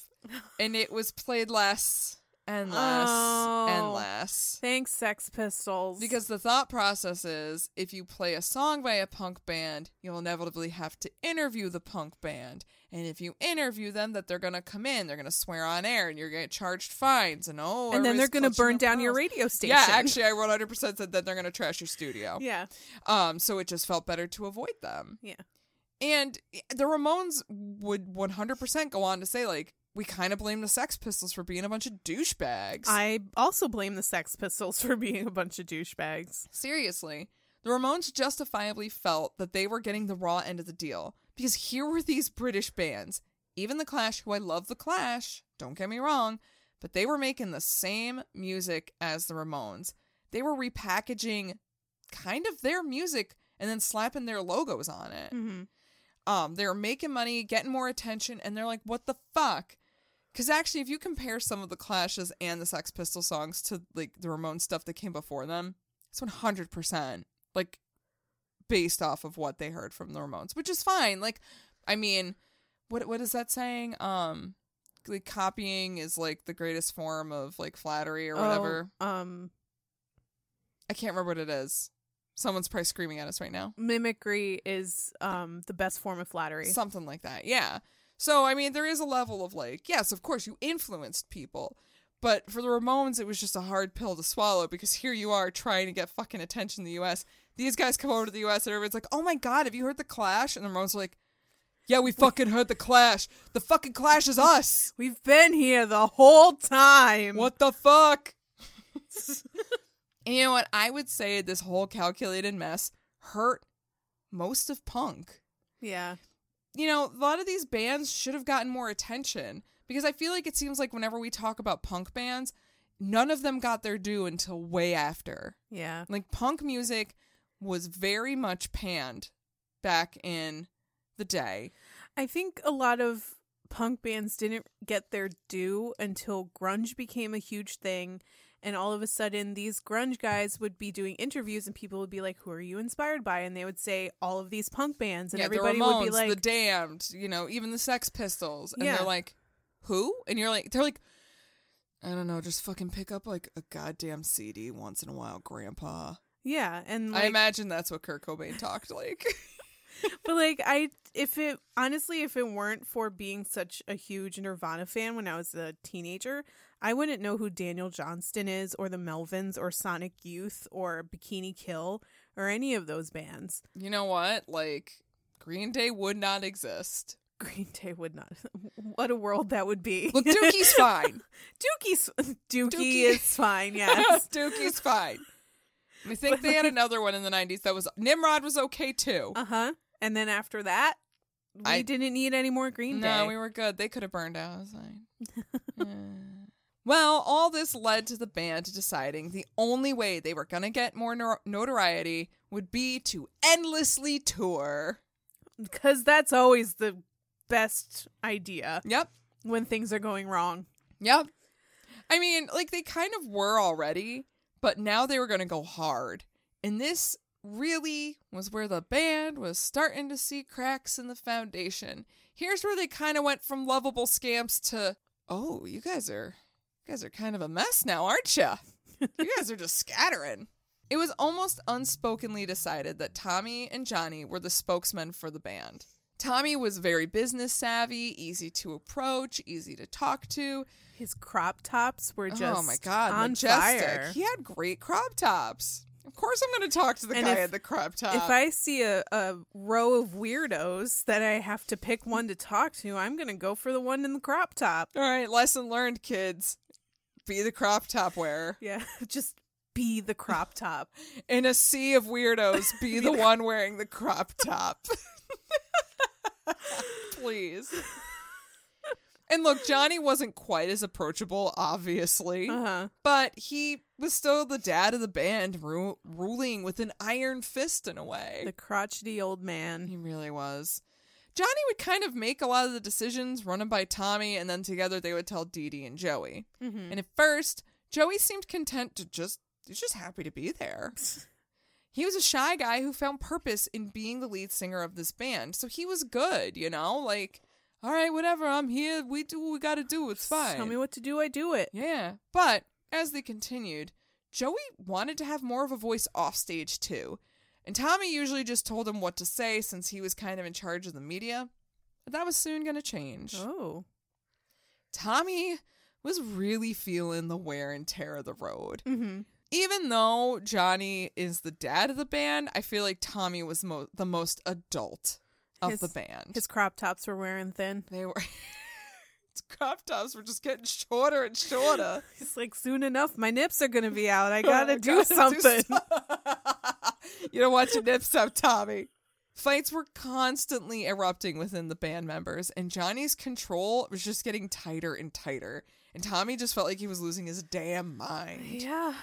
Speaker 3: and it was played less and less and
Speaker 4: Oh.
Speaker 3: less.
Speaker 4: Thanks, Sex Pistols.
Speaker 3: Because the thought process is if you play a song by a punk band, you'll inevitably have to interview the punk band. And if you interview them, that they're going to come in, they're going to swear on air, and you're going to get charged fines. And oh,
Speaker 4: and then they're
Speaker 3: going to
Speaker 4: burn down your radio station.
Speaker 3: Yeah, actually, I 100% said that they're going to trash your studio.
Speaker 4: Yeah.
Speaker 3: Um, so it just felt better to avoid them.
Speaker 4: Yeah.
Speaker 3: And eh, the Ramones would 100% go on to say, like, we kind of blame the Sex Pistols for being a bunch of douchebags.
Speaker 4: I also blame the Sex Pistols [laughs] for being a bunch of douchebags.
Speaker 3: Seriously, the Ramones justifiably felt that they were getting the raw end of the deal because here were these British bands, even The Clash, who I love The Clash, don't get me wrong, but they were making the same music as the Ramones. They were repackaging kind of their music and then slapping their logos on it.
Speaker 4: Mm-hmm.
Speaker 3: Um, they were making money, getting more attention, and they're like, what the fuck? Because actually, if you compare some of the Clashes and the Sex Pistol songs to like the Ramones stuff that came before them, it's one hundred percent like based off of what they heard from the Ramones, which is fine. Like, I mean, what what is that saying? Um, like copying is like the greatest form of like flattery
Speaker 4: Oh.
Speaker 3: or whatever.
Speaker 4: um,
Speaker 3: I can't remember what it is. Someone's probably screaming at us right now.
Speaker 4: mimicry is um the best form of flattery.
Speaker 3: Something like that. Yeah. So, I mean, there is a level of like, yes, of course, you influenced people. But for the Ramones, it was just a hard pill to swallow because [laughs] here you are trying to get fucking attention in the US. These guys come over to the US and everyone's like, oh my God, have you heard The Clash? And the Ramones are like, yeah, we fucking heard The Clash. The fucking Clash is [laughs] us.
Speaker 4: We've been here the whole time.
Speaker 3: What the fuck? [laughs] and you know what? I would say this whole calculated mess hurt most of punk.
Speaker 4: Yeah.
Speaker 3: you know, a lot of these bands should have gotten more attention because I feel like it seems like whenever we talk about punk bands, none of them got their due until way after.
Speaker 4: Yeah.
Speaker 3: Like punk music was very much panned back in the day.
Speaker 4: I think a lot of punk bands didn't get their due until grunge became a huge thing. And all of a sudden, these grunge guys would be doing interviews, and people would be like, Who are you inspired by? And they would say, All of these punk bands. And
Speaker 3: yeah,
Speaker 4: everybody
Speaker 3: the Ramones,
Speaker 4: would be like,
Speaker 3: the Damned, you know, even the Sex Pistols, and
Speaker 4: Yeah.
Speaker 3: they're like, "Who?" And you're like, "They're like, I don't know, just fucking pick up like a goddamn CD once in a while, Grandpa."
Speaker 4: Yeah. And
Speaker 3: I
Speaker 4: like,
Speaker 3: imagine that's what Kurt Cobain talked like.
Speaker 4: but like I if it honestly if it weren't for being such a huge Nirvana fan when I was a teenager, I wouldn't know who Daniel Johnston is or the Melvins or Sonic Youth or Bikini Kill or any of those bands. [laughs]
Speaker 3: you know what? Like, Green Day would not
Speaker 4: [laughs]
Speaker 3: exist.
Speaker 4: Green Day would not. [laughs] What a world that would be.
Speaker 3: Look, Dookie's fine.
Speaker 4: [laughs] Dookie's Dookie,
Speaker 3: Dookie. [laughs]
Speaker 4: is fine, yes.
Speaker 3: Dookie's fine. I think they had another one in the 90s that was Nimrod was okay too.
Speaker 4: uh-huh. And then after that, we
Speaker 3: I-
Speaker 4: didn't need any more Green Day.
Speaker 3: No, we were good. They could have burned out. I was
Speaker 4: [laughs]
Speaker 3: like, eh. well, all this led to the band deciding the only way they were going to get more nor- notoriety would be to endlessly tour.
Speaker 4: Cuz that's always the best idea
Speaker 3: Yep.
Speaker 4: when things are going wrong.
Speaker 3: Yep. I mean, like they kind of were already, but now they were going to go hard. And this really was where the band was starting to see cracks in the foundation. Here's where they kind of went from lovable scamps to, "Oh, you guys are you guys are kind of a mess now, aren't you? [laughs] You guys are just scattering." It was almost unspokenly decided that Tommy and Johnny were the spokesmen for the band. Tommy was very business savvy, easy to approach, easy to talk to.
Speaker 4: His crop tops were just
Speaker 3: oh my god,
Speaker 4: on
Speaker 3: majestic.
Speaker 4: fire.
Speaker 3: He had great crop tops. Of course, I'm going to talk to the
Speaker 4: And
Speaker 3: guy
Speaker 4: if-
Speaker 3: at the crop top.
Speaker 4: if I see a, a row of weirdos that I have to pick one to talk to, I'm going to go for the one in the crop top.
Speaker 3: All right, lesson learned, kids. Be the crop top wearer.
Speaker 4: Yeah, [laughs] just be the
Speaker 3: [laughs]
Speaker 4: crop top.
Speaker 3: In a sea of weirdos, be
Speaker 4: [laughs]
Speaker 3: the one wearing the crop top. [laughs] Please. And look, Johnny wasn't quite as approachable, obviously,
Speaker 4: Uh huh.
Speaker 3: but he was still the dad of the band, ru- ruling with an iron fist in a way.
Speaker 4: The crotchety old man.
Speaker 3: He really was. Johnny would kind of make a lot of the decisions, run them by Tommy, and then together they would tell Dee Dee and Joey.
Speaker 4: Mhm.
Speaker 3: And at first, Joey seemed content to just he's just happy to be [laughs] there. he was a shy guy who found purpose in being the lead singer of this band, so he was good, you know, like all right, whatever, I'm here. We do what we got to do. It's fine.
Speaker 4: Tell me what to do, I do it.
Speaker 3: Yeah. But as they continued, Joey wanted to have more of a voice offstage too. And Tommy usually just told him what to say since he was kind of in charge of the media. But that was soon going to change.
Speaker 4: Oh.
Speaker 3: Tommy was really feeling the wear and tear of the road.
Speaker 4: Mm-hmm.
Speaker 3: Even though Johnny is the dad of the band, I feel like Tommy was mo- the most adult of
Speaker 4: His-
Speaker 3: the band.
Speaker 4: His crop tops were wearing thin. [laughs]
Speaker 3: they were. [laughs] His crop tops were just getting shorter and shorter.
Speaker 4: It's like soon enough, my nips are gonna
Speaker 3: [laughs]
Speaker 4: be out. I gotta
Speaker 3: I
Speaker 4: do
Speaker 3: gotta
Speaker 4: something.
Speaker 3: so- [laughs] you don't want your nips up, Tommy. Fights were constantly erupting within the band members, and Johnny's control was just getting tighter and tighter. And Tommy just felt like he was losing his damn mind.
Speaker 4: [laughs] yeah.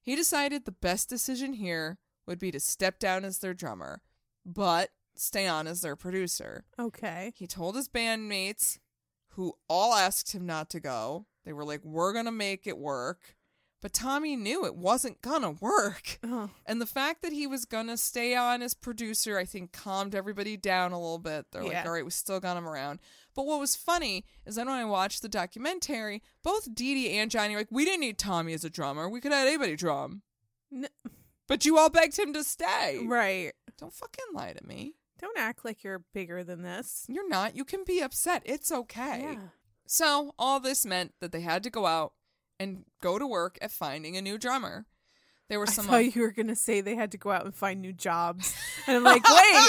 Speaker 3: He decided the best decision here would be to step down as their drummer, but stay on as their producer.
Speaker 4: Okay.
Speaker 3: He told his bandmates, who all asked him not to go. They were like, "We're gonna make it work," but Tommy knew it wasn't gonna work. [laughs]
Speaker 4: Oh.
Speaker 3: And the fact that he was gonna stay on as producer, I think, calmed everybody down a little bit. They're
Speaker 4: Yeah.
Speaker 3: like, "All right, we still got him around." But what was funny is then when I watched the documentary, both Dee Dee and Johnny were like, "We didn't need Tommy as a drummer. We could have had anybody drum."
Speaker 4: N-
Speaker 3: But you all begged him to stay.
Speaker 4: Right.
Speaker 3: Don't fucking lie to me.
Speaker 4: Don't act like you're bigger than this.
Speaker 3: You're not. You can be upset. It's okay.
Speaker 4: Yeah.
Speaker 3: So, all this meant that they had to go out and go to work at finding a new drummer. There were
Speaker 4: I
Speaker 3: some.
Speaker 4: thought you were gonna say they had to go out and find new jobs, and
Speaker 3: [laughs]
Speaker 4: I'm like, wait,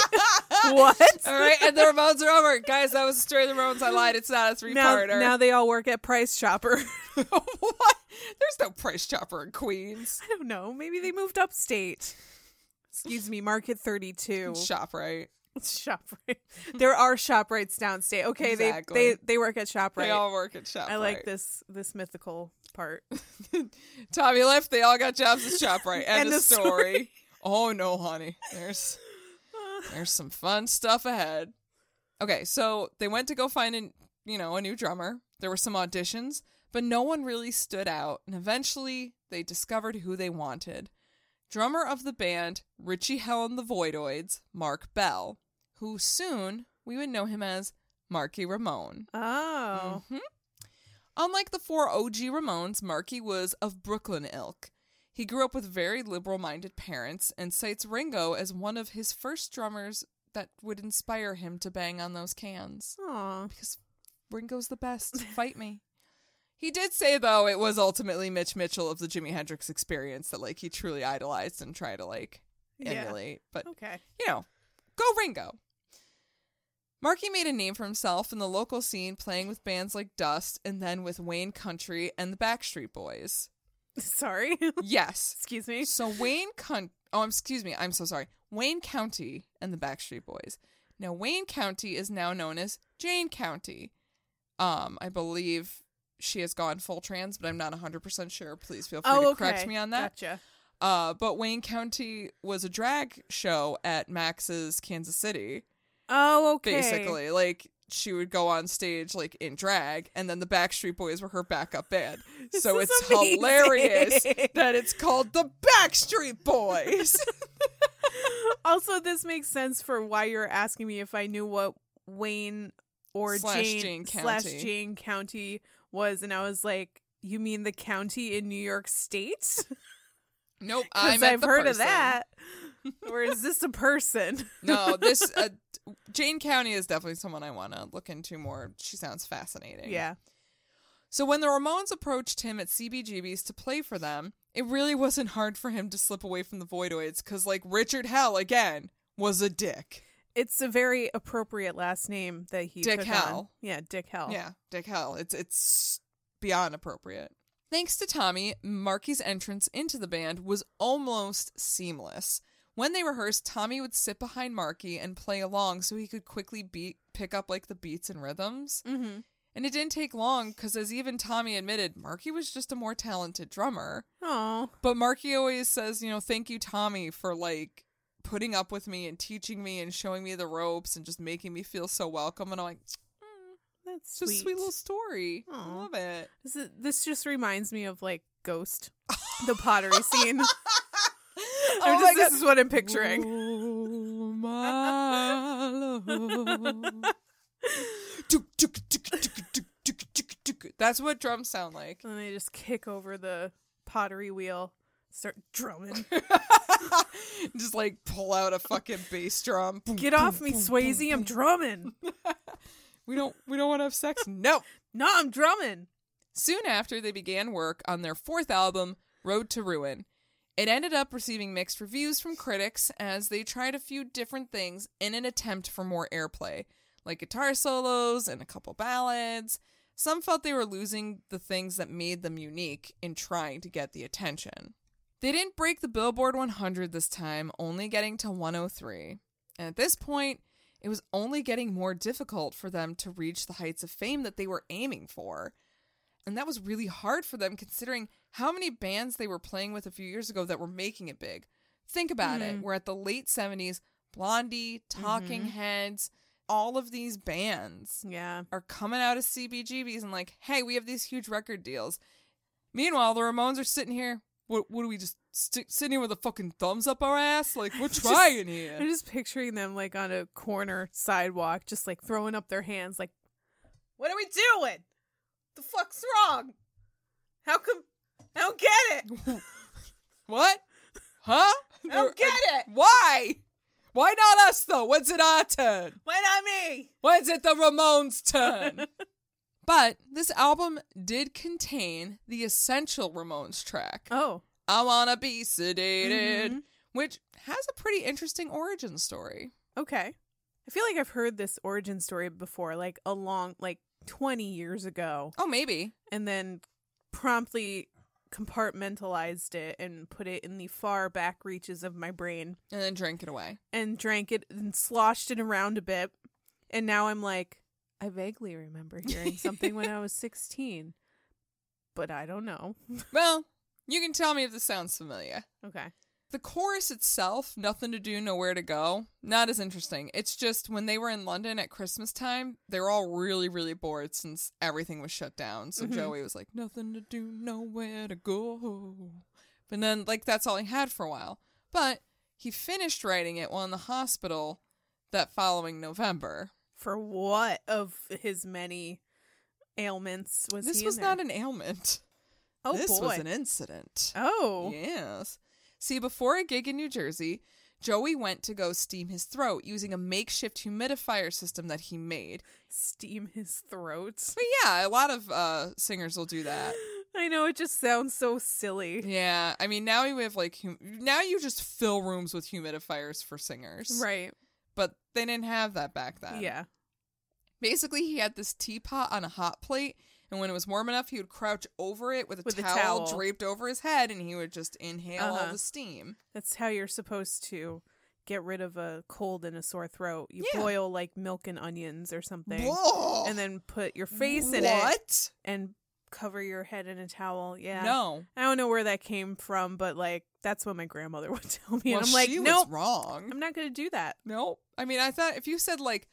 Speaker 4: what?
Speaker 3: [laughs] all right, and the Ramones are over. Guys, that was the story of the Ramones. I lied. It's not a three
Speaker 4: Now,
Speaker 3: parter. [laughs]
Speaker 4: now they all work at Price Chopper. [laughs]
Speaker 3: what? There's no price chopper in Queens.
Speaker 4: I don't know. Maybe they moved upstate. Excuse me, Market 32.
Speaker 3: [laughs]
Speaker 4: [laughs]
Speaker 3: Shop right.
Speaker 4: ShopRite. There are ShopRites downstate. Okay,
Speaker 3: Exactly.
Speaker 4: they, they they work at ShopRite.
Speaker 3: They all work at shop.
Speaker 4: I like this this mythical
Speaker 3: [laughs]
Speaker 4: part.
Speaker 3: Tommy left. They all got jobs at shop right. End,
Speaker 4: End
Speaker 3: of
Speaker 4: of
Speaker 3: story. Oh no, honey. There's there's some fun stuff ahead. Okay, so they went to go find an you know a new drummer. There were some auditions, but no one really stood out. And eventually, they discovered who they wanted. Drummer of the band Richie Helen the Voidoids, Mark Bell, who soon we would know him as Marky Ramone.
Speaker 4: Oh.
Speaker 3: Mhm. Unlike the four OG Ramones, Markey was of Brooklyn ilk. He grew up with very liberal minded parents and cites Ringo as one of his first drummers that would inspire him to bang on those cans.
Speaker 4: Aw.
Speaker 3: Because Ringo's the best. Fight me. He did say, though, it was ultimately Mitch Mitchell of the Jimi Hendrix experience that, like, he truly idolized and tried to, like,
Speaker 4: Yeah.
Speaker 3: emulate. But
Speaker 4: Okay. [laughs]
Speaker 3: you know, go Ringo. Marky made a name for himself in the local scene, playing with bands like Dust and then with Wayne Country and the Backstreet Boys.
Speaker 4: Sorry. [laughs]
Speaker 3: Yes.
Speaker 4: Excuse me.
Speaker 3: So Wayne Coun oh, excuse me, I'm so sorry. Wayne County and the Backstreet Boys. Now Wayne County is now known as Jane County. Um, I believe she has gone full trans, but I'm not 100% sure. Please feel free to correct
Speaker 4: Oh, okay.
Speaker 3: me on that.
Speaker 4: Gotcha.
Speaker 3: Uh, but Wayne County was a drag show at Max's Kansas City,
Speaker 4: Oh, okay.
Speaker 3: basically. Like she would go on stage like in drag, and then the Backstreet Boys were her backup band.
Speaker 4: [laughs] This
Speaker 3: so
Speaker 4: is
Speaker 3: it's [laughs] hilarious
Speaker 4: amazing. [laughs]
Speaker 3: that it's called the Backstreet Boys.
Speaker 4: Also, this makes sense for why you're asking me if I knew what Wayne or
Speaker 3: Slash
Speaker 4: Jane,
Speaker 3: Jane
Speaker 4: slash
Speaker 3: County.
Speaker 4: Jane County was, and I was like, "You mean the county in New York State?" [laughs]
Speaker 3: nope, [laughs] I
Speaker 4: Because
Speaker 3: meant
Speaker 4: I've
Speaker 3: the
Speaker 4: heard of
Speaker 3: person. [laughs]
Speaker 4: that. or is this a person? [laughs]
Speaker 3: no, this uh, Jane County is definitely someone I want to look into more. She sounds fascinating.
Speaker 4: yeah.
Speaker 3: So when the Ramones approached him at CBGB's to play for them, it really wasn't hard for him to slip away from the Voidoids because, like, Richard Hell, again, was a dick.
Speaker 4: It's a very appropriate last name that he
Speaker 3: Dick
Speaker 4: took on.
Speaker 3: Hell.
Speaker 4: Yeah, Dick Hell.
Speaker 3: Yeah, Dick Hell. It's it's beyond appropriate. Thanks to Tommy, Marky's entrance into the band was almost seamless. When they rehearsed, Tommy would sit behind Marky and play along so he could quickly beat pick up like the beats and rhythms.
Speaker 4: Mm-hmm.
Speaker 3: And it didn't take long cuz as even Tommy admitted, Marky was just a more talented drummer.
Speaker 4: Oh,
Speaker 3: But Marky always says, you know, thank you Tommy for like putting up with me and teaching me and showing me the ropes and just making me feel so welcome and I'm like
Speaker 4: that's
Speaker 3: it's just
Speaker 4: sweet.
Speaker 3: a sweet little story. I
Speaker 4: Aw.
Speaker 3: love it.
Speaker 4: This, is- this just reminds me of like Ghost, the
Speaker 3: [laughs]
Speaker 4: pottery scene. [laughs] I'm just, this is what I'm picturing.
Speaker 3: Oh, my love. Tuk, tuk, tuk, tuk, tuk, tuk, tuk, tuk. That's what drums sound
Speaker 4: [laughs]
Speaker 3: like.
Speaker 4: And they just kick over the pottery wheel, start
Speaker 3: [laughs]
Speaker 4: drumming.
Speaker 3: Just like pull out a fucking bass drum. Boom,
Speaker 4: Get
Speaker 3: boom,
Speaker 4: off me,
Speaker 3: boom,
Speaker 4: Swayze!
Speaker 3: boom,
Speaker 4: I'm
Speaker 3: boom. [laughs]
Speaker 4: drumming.
Speaker 3: We don't we don't want to have sex. No.
Speaker 4: No, I'm drumming.
Speaker 3: Soon after, they began work on their fourth album, Road to Ruin. It ended up receiving mixed reviews from critics as they tried a few different things in an attempt for more airplay, like guitar solos and a couple ballads. Some felt they were losing the things that made them unique in trying to get the attention. They didn't break the Billboard 100 this time, only getting to 103. And at this point, it was only getting more difficult for them to reach the heights of fame that they were aiming for. And that was really hard for them considering how many bands they were playing with a few years ago that were making it big. Think about it. We're at the late 70s, Blondie, Talking Heads, all of these bands
Speaker 4: Yeah,
Speaker 3: are coming out of CBGBs and like, hey, we have these huge record deals. Meanwhile, the Ramones are sitting here. What, what do we just sti sitting here with a fucking thumbs up our ass? Like,
Speaker 4: [laughs]
Speaker 3: we're trying here.
Speaker 4: I'm just picturing them like on a corner sidewalk, just like throwing up their hands, like, "What are we doing? The fuck's wrong? How come? I don't get it.
Speaker 3: What? Huh?
Speaker 4: I don't get it.
Speaker 3: Why? Why not us though? When's it our turn?
Speaker 4: Why not
Speaker 3: [laughs]
Speaker 4: me?
Speaker 3: When's it the Ramones'
Speaker 4: [laughs]
Speaker 3: turn? but this album did contain the essential Ramones track,
Speaker 4: Oh,
Speaker 3: I Wanna Be Sedated,
Speaker 4: Mhm.
Speaker 3: which has a pretty interesting origin story.
Speaker 4: okay. I feel like I've heard this origin story before, like a long, like 20 years ago,
Speaker 3: Oh, maybe.
Speaker 4: and then promptly compartmentalized it and put it in the far back reaches of my brain.
Speaker 3: And then drank it away.
Speaker 4: and drank it and sloshed it around a bit. And now I'm like, I vaguely remember hearing
Speaker 3: [laughs]
Speaker 4: something when I was 16, but I don't know.
Speaker 3: Well, you can tell me if this sounds familiar.
Speaker 4: Okay.
Speaker 3: The chorus itself, nothing to do, nowhere to go, not as interesting. It's just when they were in London at Christmas time, they were all really, really bored since everything was shut down. So
Speaker 4: Mhm.
Speaker 3: Joey was like, nothing to do, nowhere to go. And then, like, that's all he had for a while. But he finished writing it while in the hospital that following November.
Speaker 4: For what of his many ailments was
Speaker 3: this
Speaker 4: he
Speaker 3: was
Speaker 4: in there?
Speaker 3: not an ailment.
Speaker 4: oh
Speaker 3: this
Speaker 4: boy
Speaker 3: was an incident.
Speaker 4: oh
Speaker 3: Yes. See, before a gig in New Jersey, Joey went to go steam his throat using a makeshift humidifier system that he made.
Speaker 4: steam his throat.
Speaker 3: But yeah, a lot of uh, singers will do that.
Speaker 4: [laughs] I know it just sounds so silly,
Speaker 3: Yeah, I mean now you have like hum- now you just fill rooms with humidifiers for singers,
Speaker 4: right?
Speaker 3: But they didn't have that back then.
Speaker 4: Yeah.
Speaker 3: Basically, he had this teapot on a hot plate, and when it was warm enough, he would crouch over it with a,
Speaker 4: With a
Speaker 3: towel,
Speaker 4: towel.
Speaker 3: draped over his head, and he would just inhale all
Speaker 4: Uh-huh.
Speaker 3: the steam.
Speaker 4: That's how you're supposed to get rid of a cold and a sore throat. You
Speaker 3: Yeah.
Speaker 4: boil like milk and onions or something,
Speaker 3: Blah!
Speaker 4: and then put your face in it.
Speaker 3: What?
Speaker 4: and cover your head in a towel. Yeah.
Speaker 3: No.
Speaker 4: I don't know where that came from, but like that's what my grandmother [laughs] would tell
Speaker 3: [laughs]
Speaker 4: me.
Speaker 3: Well,
Speaker 4: and I'm like,
Speaker 3: she was
Speaker 4: nope,
Speaker 3: wrong.
Speaker 4: I'm not going to do that.
Speaker 3: Nope. I mean, I thought if you said like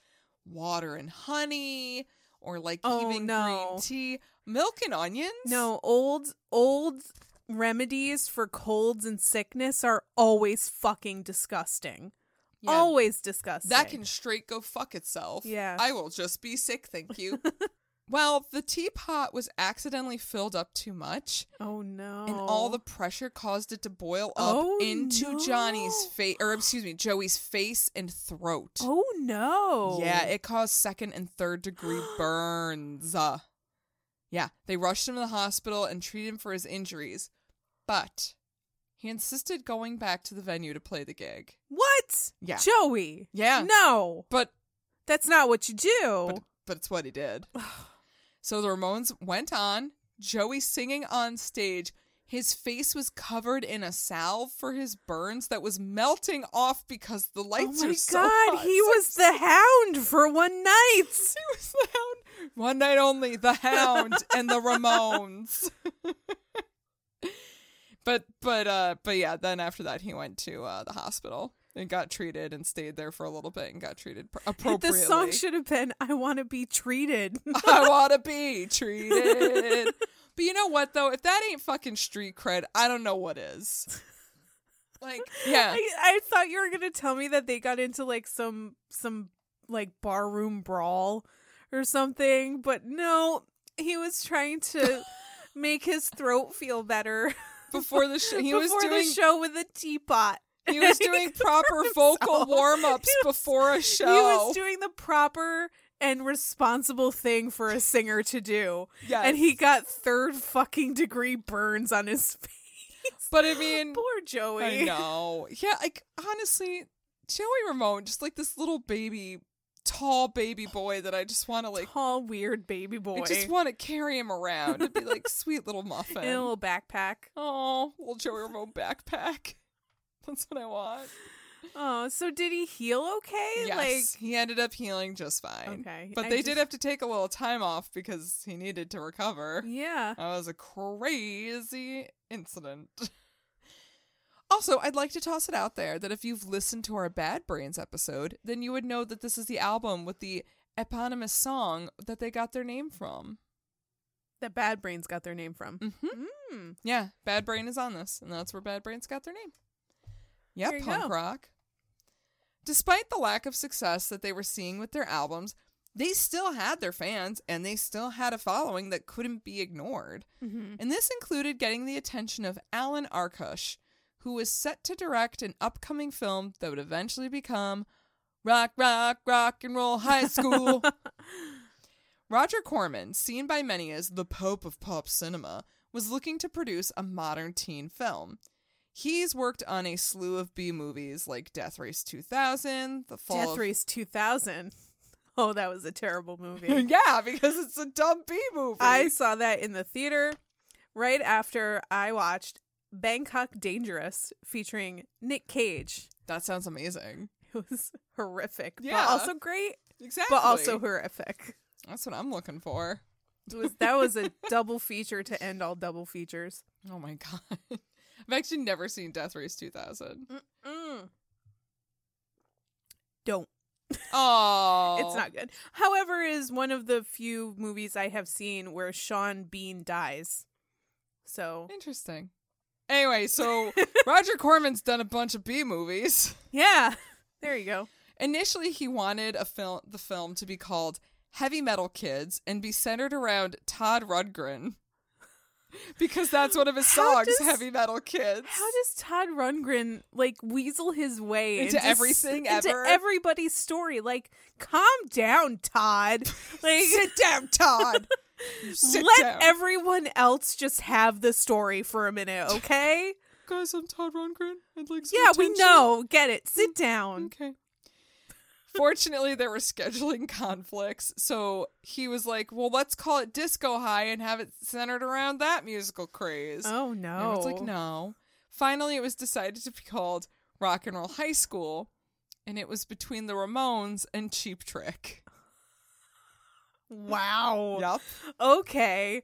Speaker 3: water and honey or like
Speaker 4: Oh,
Speaker 3: even
Speaker 4: no.
Speaker 3: green tea, milk and onions.
Speaker 4: No, old old remedies for colds and sickness are always fucking disgusting.
Speaker 3: Yeah,
Speaker 4: Always disgusting.
Speaker 3: that can straight go fuck itself.
Speaker 4: Oh, Yeah.
Speaker 3: I will just be sick, thank
Speaker 4: [laughs]
Speaker 3: you. well, the teapot was accidentally filled up too much,
Speaker 4: Oh no.
Speaker 3: and all the pressure caused it to boil up
Speaker 4: Oh,
Speaker 3: into
Speaker 4: no.
Speaker 3: Johnny's face, or excuse me, Joey's face and throat.
Speaker 4: Oh no. Oh. [gasps]
Speaker 3: Yeah, it caused second and third degree burns. Uh, Yeah, they rushed him to the hospital and treated him for his injuries, but he insisted going back to the venue to play the gig.
Speaker 4: What?
Speaker 3: Yeah.
Speaker 4: Joey.
Speaker 3: Yeah.
Speaker 4: No,
Speaker 3: But
Speaker 4: that's not what you do.
Speaker 3: but, but it's what he
Speaker 4: [sighs]
Speaker 3: did. so the Ramones went on, Joey singing on stage. His face was covered in a salve for his burns that was melting off because the
Speaker 4: oh
Speaker 3: lights
Speaker 4: my
Speaker 3: are
Speaker 4: god,
Speaker 3: so hot.
Speaker 4: he was the hound for
Speaker 3: [laughs]
Speaker 4: one night. [laughs]
Speaker 3: He was the hound. One night only, the hound and the Ramones. but but uh but yeah, then after that he went to uh the hospital and got treated and stayed there for a little bit and got
Speaker 4: [laughs]
Speaker 3: treated pr-
Speaker 4: The
Speaker 3: appropriately.
Speaker 4: song should have been "I Want to Be Treated."
Speaker 3: [laughs]
Speaker 4: [laughs]
Speaker 3: I want to be treated. But you know what though? If that ain't fucking street cred, I don't know what is. Like, yeah.
Speaker 4: I, I thought you were gonna tell me that they got into like some some like barroom brawl or something, but no, he was
Speaker 3: [laughs]
Speaker 4: trying to make his throat feel better
Speaker 3: Before the
Speaker 4: [laughs]
Speaker 3: show, he
Speaker 4: before
Speaker 3: was doing
Speaker 4: the show with a teapot.
Speaker 3: he
Speaker 4: [laughs]
Speaker 3: was doing proper vocal warm-ups before a show.
Speaker 4: He was doing the proper and responsible thing for a singer to do,
Speaker 3: Yes.
Speaker 4: and he got third fucking degree burns on his [laughs] face.
Speaker 3: But I mean,
Speaker 4: Poor
Speaker 3: I
Speaker 4: [laughs] Joey.
Speaker 3: know. Yeah, like honestly, Joey Ramone, just like this little baby, tall baby boy that I just want to like,
Speaker 4: Tall, weird baby boy
Speaker 3: I just want to carry him around and be
Speaker 4: [laughs]
Speaker 3: like, sweet little muffin.
Speaker 4: in a little backpack.
Speaker 3: Oh, little Joey Ramone backpack. [laughs] That's what I want.
Speaker 4: Oh, so did he heal okay?
Speaker 3: yes,
Speaker 4: Like
Speaker 3: he ended up healing just fine.
Speaker 4: Okay,
Speaker 3: but
Speaker 4: I
Speaker 3: they did
Speaker 4: just-
Speaker 3: have to take a little time off because he needed to recover.
Speaker 4: yeah.
Speaker 3: That was a crazy incident. [laughs] Also, I'd like to toss it out there that if you've listened to our Bad Brains episode, then you would know that this is the album with the eponymous song that they got their name from.
Speaker 4: That Bad Brains got their name from.
Speaker 3: hmm
Speaker 4: Mm.
Speaker 3: Yeah, Bad Brain is on this, and that's where Bad Brains got their name. Yeah,
Speaker 4: There you
Speaker 3: punk
Speaker 4: go.
Speaker 3: rock. Despite the lack of success that they were seeing with their albums, they still had their fans and they still had a following that couldn't be ignored.
Speaker 4: Mm-hmm.
Speaker 3: And this included getting the attention of Alan Arkush, who was set to direct an upcoming film that would eventually become Rock, Rock, Rock and Roll High
Speaker 4: [laughs]
Speaker 3: School. Roger Corman, seen by many as the Pope of pop cinema, was looking to produce a modern teen film. He's worked on a slew of B movies like Death Race 2000, The Fall
Speaker 4: Death
Speaker 3: of-
Speaker 4: Race 2000. [laughs] Oh, that was a terrible movie.
Speaker 3: [laughs] yeah, because it's a dumb B movie.
Speaker 4: I saw that in the theater right after I watched Bangkok Dangerous featuring Nick Cage.
Speaker 3: That sounds amazing.
Speaker 4: It was [laughs] horrific,
Speaker 3: Yeah.
Speaker 4: but also great,
Speaker 3: Exactly.
Speaker 4: but also horrific.
Speaker 3: that's what I'm looking for.
Speaker 4: It was that was a [laughs] double feature to end all double features.
Speaker 3: Oh my [laughs] god. I've actually never seen Death Race 2000.
Speaker 4: Mm.
Speaker 3: Mm.
Speaker 4: Don't.
Speaker 3: Oh.
Speaker 4: It's not good. However, is one of the few movies I have seen where Sean Bean dies. So [laughs]
Speaker 3: interesting. Anyway, so Roger Corman's done a bunch of B movies.
Speaker 4: yeah, [laughs] there you go.
Speaker 3: Initially, he wanted a film the film to be called Heavy Metal Kids and be centered around Todd Rundgren. [laughs] Because that's one of his
Speaker 4: How
Speaker 3: songs,
Speaker 4: does-
Speaker 3: Heavy Metal Kids.
Speaker 4: How does Todd Rundgren like weasel his way
Speaker 3: Into
Speaker 4: s-
Speaker 3: everything
Speaker 4: into
Speaker 3: ever?
Speaker 4: everybody's story? Like, calm down,
Speaker 3: [laughs]
Speaker 4: Todd. Like,
Speaker 3: Sit down,
Speaker 4: [laughs]
Speaker 3: Todd. You Sit
Speaker 4: let
Speaker 3: down.
Speaker 4: everyone else just have the story for
Speaker 3: [laughs]
Speaker 4: a minute, okay?
Speaker 3: guys. I'm Todd Rundgren. I'd like some
Speaker 4: yeah, we
Speaker 3: attention. Mm-hmm.
Speaker 4: know. Get it. Sit down.
Speaker 3: Okay. Fortunately, there were scheduling [laughs] conflicts, so he was like, "Well, let's call it Disco High and have it centered around that musical craze."
Speaker 4: Oh
Speaker 3: And
Speaker 4: no!
Speaker 3: everyone's like, "No." Finally, it was decided to be called Rock and Roll High School, and it was between the Ramones and Cheap Trick.
Speaker 4: Wow.
Speaker 3: Yep.
Speaker 4: Okay.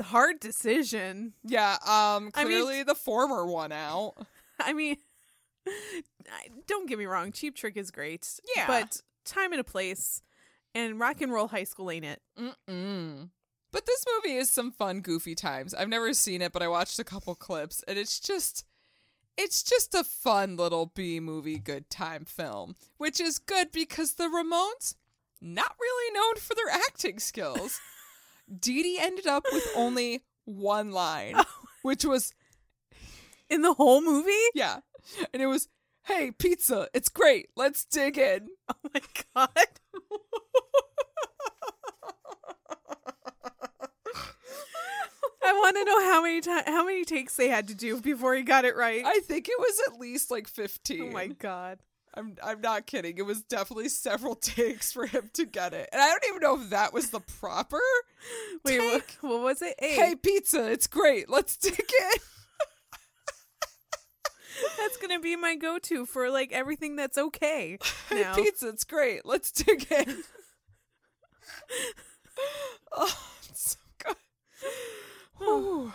Speaker 4: Hard decision.
Speaker 3: Yeah. Um.
Speaker 4: I mean-
Speaker 3: Clearly, the former won out.
Speaker 4: I mean, [laughs] I- don't get me wrong, Cheap Trick is great.
Speaker 3: Yeah.
Speaker 4: But time and a place, and rock and roll high school ain't it.
Speaker 3: Mm-mm. But this movie is some fun, goofy times. I've never seen it, but I watched a couple clips, and it's just, it's just a fun little B movie, good time film, which is good because the Ramones, not really known for their acting skills.
Speaker 4: [laughs]
Speaker 3: Dee Dee ended up with only one line,
Speaker 4: Oh.
Speaker 3: which was
Speaker 4: In the whole movie? [laughs] Oh
Speaker 3: yeah, and it was, "Hey, pizza, it's great. Let's dig in."
Speaker 4: Oh my god. want to know how many ti- how many takes they had to do before he got it right.
Speaker 3: I think it was at least like
Speaker 4: oh
Speaker 3: 15.
Speaker 4: my god.
Speaker 3: I'm I'm not kidding. It was definitely several [laughs] takes for him to get it. And I don't even know if that was the proper
Speaker 4: Wait, wha-
Speaker 3: take.
Speaker 4: [laughs] what, was it? Eight.
Speaker 3: Hey pizza, it's great. Let's take [laughs] it.
Speaker 4: [laughs] That's gonna be my go-to for like everything that's okay. Now.
Speaker 3: Hey [laughs] pizza, it's great. Let's take [laughs] it. oh, it's so good. [sighs] Whew.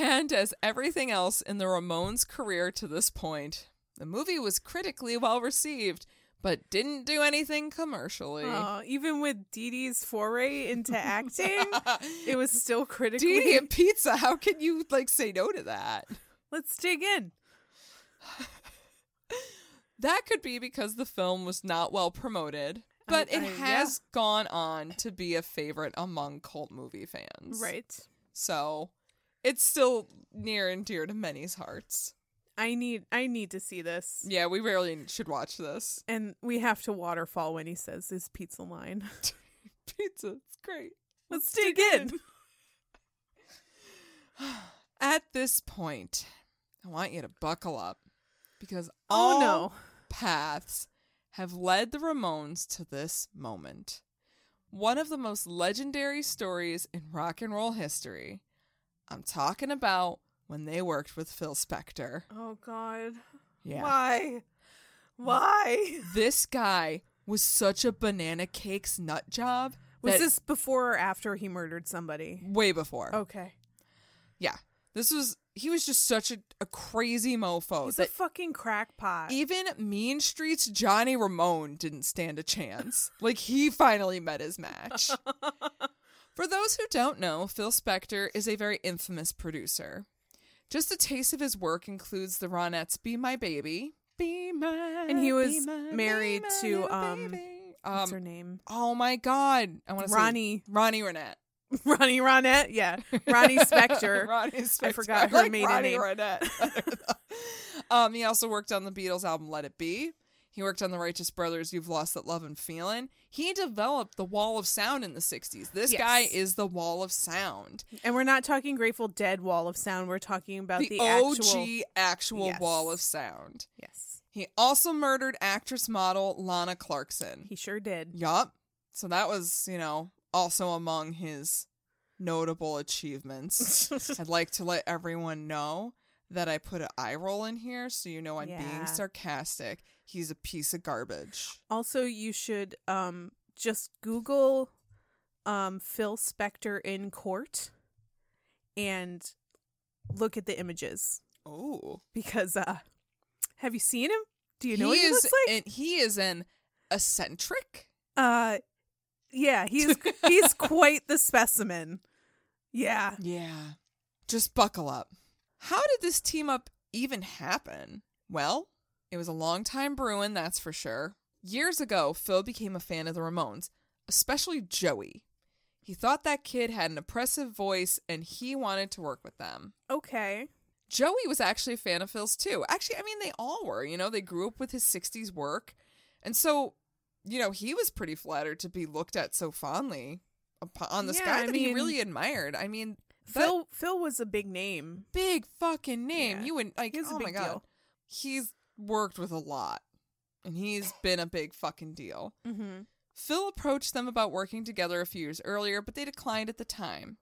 Speaker 3: And as everything else in the Ramones' career to this point, the movie was critically well received, but didn't do anything commercially. [laughs]
Speaker 4: Aw, even with Dee Dee's foray into acting, it was still critically.
Speaker 3: Dee Dee and pizza, how can you like say no to that?
Speaker 4: [laughs] Let's dig in.
Speaker 3: That could be because the film was not well promoted, but it
Speaker 4: I-
Speaker 3: has gone on to be a favorite among cult movie fans.
Speaker 4: Right.
Speaker 3: So it's still near and dear to many's hearts.
Speaker 4: I need I need to see this.
Speaker 3: Yeah, we really should watch this. [laughs]
Speaker 4: And we have to waterfall when he says this pizza line. [laughs]
Speaker 3: Pizza, it's great.
Speaker 4: Let's dig in.
Speaker 3: At this point, I want you to buckle up because
Speaker 4: Oh
Speaker 3: all
Speaker 4: no.
Speaker 3: paths have led the Ramones to this moment. One of the most legendary stories in rock and roll history. I'm talking about when they worked with Phil Spector.
Speaker 4: Oh god.
Speaker 3: Yeah.
Speaker 4: Why? Why?
Speaker 3: This guy was such a banana cakes nut job.
Speaker 4: Was
Speaker 3: that-
Speaker 4: this Oh. before or after he murdered somebody?
Speaker 3: way before?
Speaker 4: Okay.
Speaker 3: Yeah. This was he was just such a, a crazy mofo
Speaker 4: He's a
Speaker 3: that
Speaker 4: fucking crackpot.
Speaker 3: even Mean Streets Johnny Ramone didn't stand a [laughs] chance. like he finally met his [laughs] match. For those who don't know, Phil Spector is a very infamous producer. Just a taste of his work includes the Ronettes "Be My Baby," "Be My,"
Speaker 4: And he
Speaker 3: Be
Speaker 4: was
Speaker 3: My, Be
Speaker 4: married
Speaker 3: My
Speaker 4: to,
Speaker 3: Little
Speaker 4: um,
Speaker 3: Baby.
Speaker 4: What's her
Speaker 3: um
Speaker 4: name?
Speaker 3: oh my god, I want to
Speaker 4: Ronnie.
Speaker 3: say Ronnie Renette,
Speaker 4: [laughs] Ronnie Ronette? [laughs] Yeah. Ronnie Spector.
Speaker 3: Ronnie Spector. [laughs]
Speaker 4: I forgot her
Speaker 3: like
Speaker 4: maiden
Speaker 3: Ronnie
Speaker 4: name. [laughs]
Speaker 3: Renette. um, he also worked on the Beatles album "Let It Be." He worked on the Righteous Brothers' "You've Lost That Love and Feeling." He developed the Wall of Sound in the '60s. This
Speaker 4: Yes.
Speaker 3: guy is the Wall of Sound.
Speaker 4: [laughs] And we're not talking Grateful Dead wall of sound. We're talking about the,
Speaker 3: the,
Speaker 4: actual.
Speaker 3: OG actual
Speaker 4: Yes.
Speaker 3: wall of sound.
Speaker 4: Yes,
Speaker 3: He also murdered actress model Lana Clarkson.
Speaker 4: he sure did.
Speaker 3: yup. So that was, you know, also among his notable achievements.
Speaker 4: [laughs]
Speaker 3: I'd like to let everyone know that I put an eye roll in here so you know I'm
Speaker 4: Yeah.
Speaker 3: being sarcastic. He's a piece of garbage.
Speaker 4: Also, you should um just Google um Phil Spector in court and look at the images
Speaker 3: Oh.
Speaker 4: because uh have you seen him? Do you know what he
Speaker 3: is
Speaker 4: looks like?
Speaker 3: an, he is an eccentric.
Speaker 4: uh yeah,
Speaker 3: [laughs]
Speaker 4: he's he's quite the specimen. Yeah.
Speaker 3: Yeah. Just buckle up. How did this team up even happen? Well, it was a long time brewing, that's for sure. Years ago, Phil became a fan of the Ramones, especially Joey. He thought that kid had an oppressive voice and he wanted to work with them.
Speaker 4: Okay.
Speaker 3: Joey was actually a fan of Phil's too. Actually, I mean, they all were. You know, they grew up with his 60s work. And so, you know, he was pretty flattered to be looked at so fondly upon- on this
Speaker 4: Yeah,
Speaker 3: guy
Speaker 4: I
Speaker 3: that he
Speaker 4: mean-
Speaker 3: really admired. I mean, that-
Speaker 4: Phil Phil was a big name.
Speaker 3: big fucking name.
Speaker 4: Yeah.
Speaker 3: You and like,
Speaker 4: He was a
Speaker 3: oh my
Speaker 4: big
Speaker 3: god,
Speaker 4: deal.
Speaker 3: he's worked with a lot, and he's been a big fucking deal.
Speaker 4: Mm-hmm.
Speaker 3: Phil approached them about working together a few years earlier, but they declined at the time.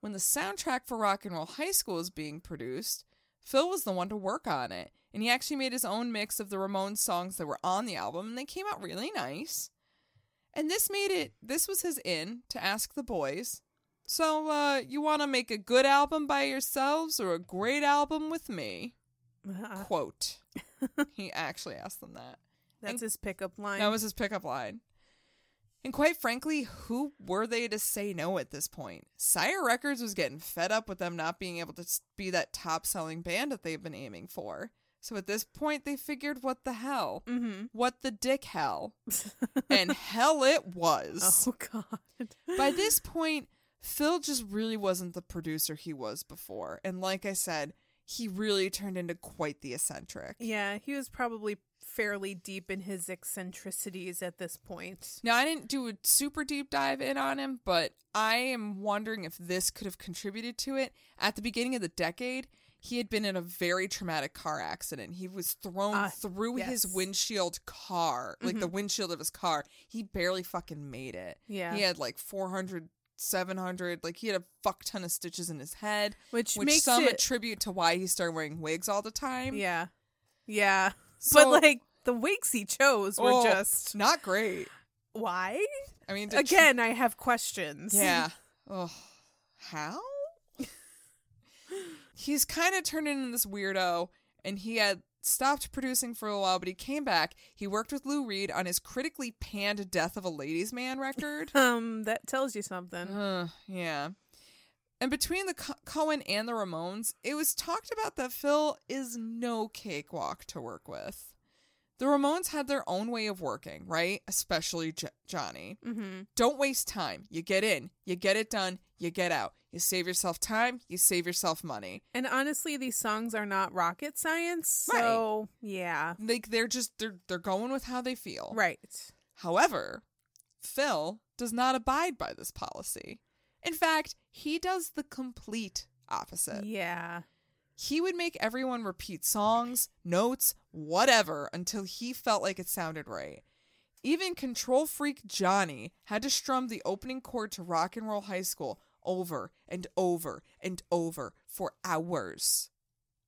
Speaker 3: When the soundtrack for Rock and Roll High School was being produced, Phil was the one to work on it, and he actually made his own mix of the Ramones songs that were on the album, and they came out really nice. And this made it, this was his in to ask the boys, so uh, you want to make a good album by yourselves or a great album with me?
Speaker 4: Uh,
Speaker 3: Quote. he actually asked them that.
Speaker 4: that's his pickup line.
Speaker 3: That was his pickup line. And quite frankly, who were they to say no at this point? Sire Records was getting fed up with them not being able to s- be that top selling band that they've been aiming for. So at this point, they figured, what the hell? [laughs]
Speaker 4: mm-hmm. [laughs]
Speaker 3: What the dick hell? and hell it was.
Speaker 4: Oh God!
Speaker 3: By this point, Phil just really wasn't the producer he was before. And like I said, he really turned into quite the eccentric.
Speaker 4: yeah, he was probably fairly deep in his eccentricities at this point.
Speaker 3: Now, I didn't do a super deep dive in on him, but I am wondering if this could have contributed to it. At the beginning of the decade, he had been in a very traumatic car accident. He was thrown
Speaker 4: Ah,
Speaker 3: through his
Speaker 4: yes. Mm-hmm.
Speaker 3: windshield car, like the windshield of his car. He barely fucking made it.
Speaker 4: Yeah.
Speaker 3: He had like 400, 700, like he had a fuck ton of stitches in his head,
Speaker 4: Which,
Speaker 3: which
Speaker 4: makes
Speaker 3: some
Speaker 4: it
Speaker 3: attribute to why he started wearing wigs all the time.
Speaker 4: Yeah. Yeah.
Speaker 3: So-
Speaker 4: but like the wigs he chose were
Speaker 3: Oh,
Speaker 4: just
Speaker 3: not great.
Speaker 4: why?
Speaker 3: I mean, to tr-
Speaker 4: Again, I have questions.
Speaker 3: Yeah. Oh, how? He's kind of turned into this weirdo, and he had stopped producing for a while, but he came back. He worked with Lou Reed on his critically panned "Death of a Ladies' Man"
Speaker 4: [laughs]
Speaker 3: record.
Speaker 4: [laughs] Um, that tells you something.
Speaker 3: Ugh, yeah. And between the Co- Cohen and the Ramones, it was talked about that Phil is no cakewalk to work with. The Ramones had their own way of working, right? Especially J- Johnny.
Speaker 4: Mm-hmm.
Speaker 3: Don't waste time. You get in, you get it done, you get out. You save yourself time, you save yourself money.
Speaker 4: And honestly, these songs are not rocket science, so yeah.
Speaker 3: Like they're just they're they're going with how they feel.
Speaker 4: Right.
Speaker 3: However, Phil does not abide by this policy. In fact, he does the complete opposite.
Speaker 4: Yeah.
Speaker 3: He would make everyone repeat songs, notes, whatever until he felt like it sounded right. Even control freak Johnny had to strum the opening chord to rock and roll high school over and over and over for hours.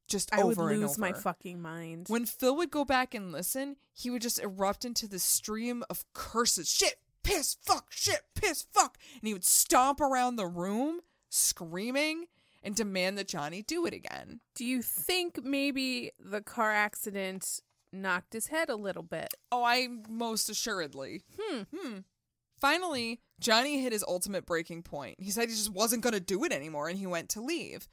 Speaker 3: Just
Speaker 4: I would
Speaker 3: over and
Speaker 4: lose
Speaker 3: over.
Speaker 4: my fucking mind.
Speaker 3: when Phil would go back and listen, he would just erupt into the stream of curses. Shit, piss, fuck, shit, piss, fuck. And he would stomp around the room, screaming, and demand that Johnny do it again.
Speaker 4: Do you think maybe the car accident knocked his head a little bit?
Speaker 3: Oh, I most assuredly. Hmm. Hmm. Finally, Johnny hit his ultimate breaking point. He said he just wasn't going to do it anymore and he went to leave.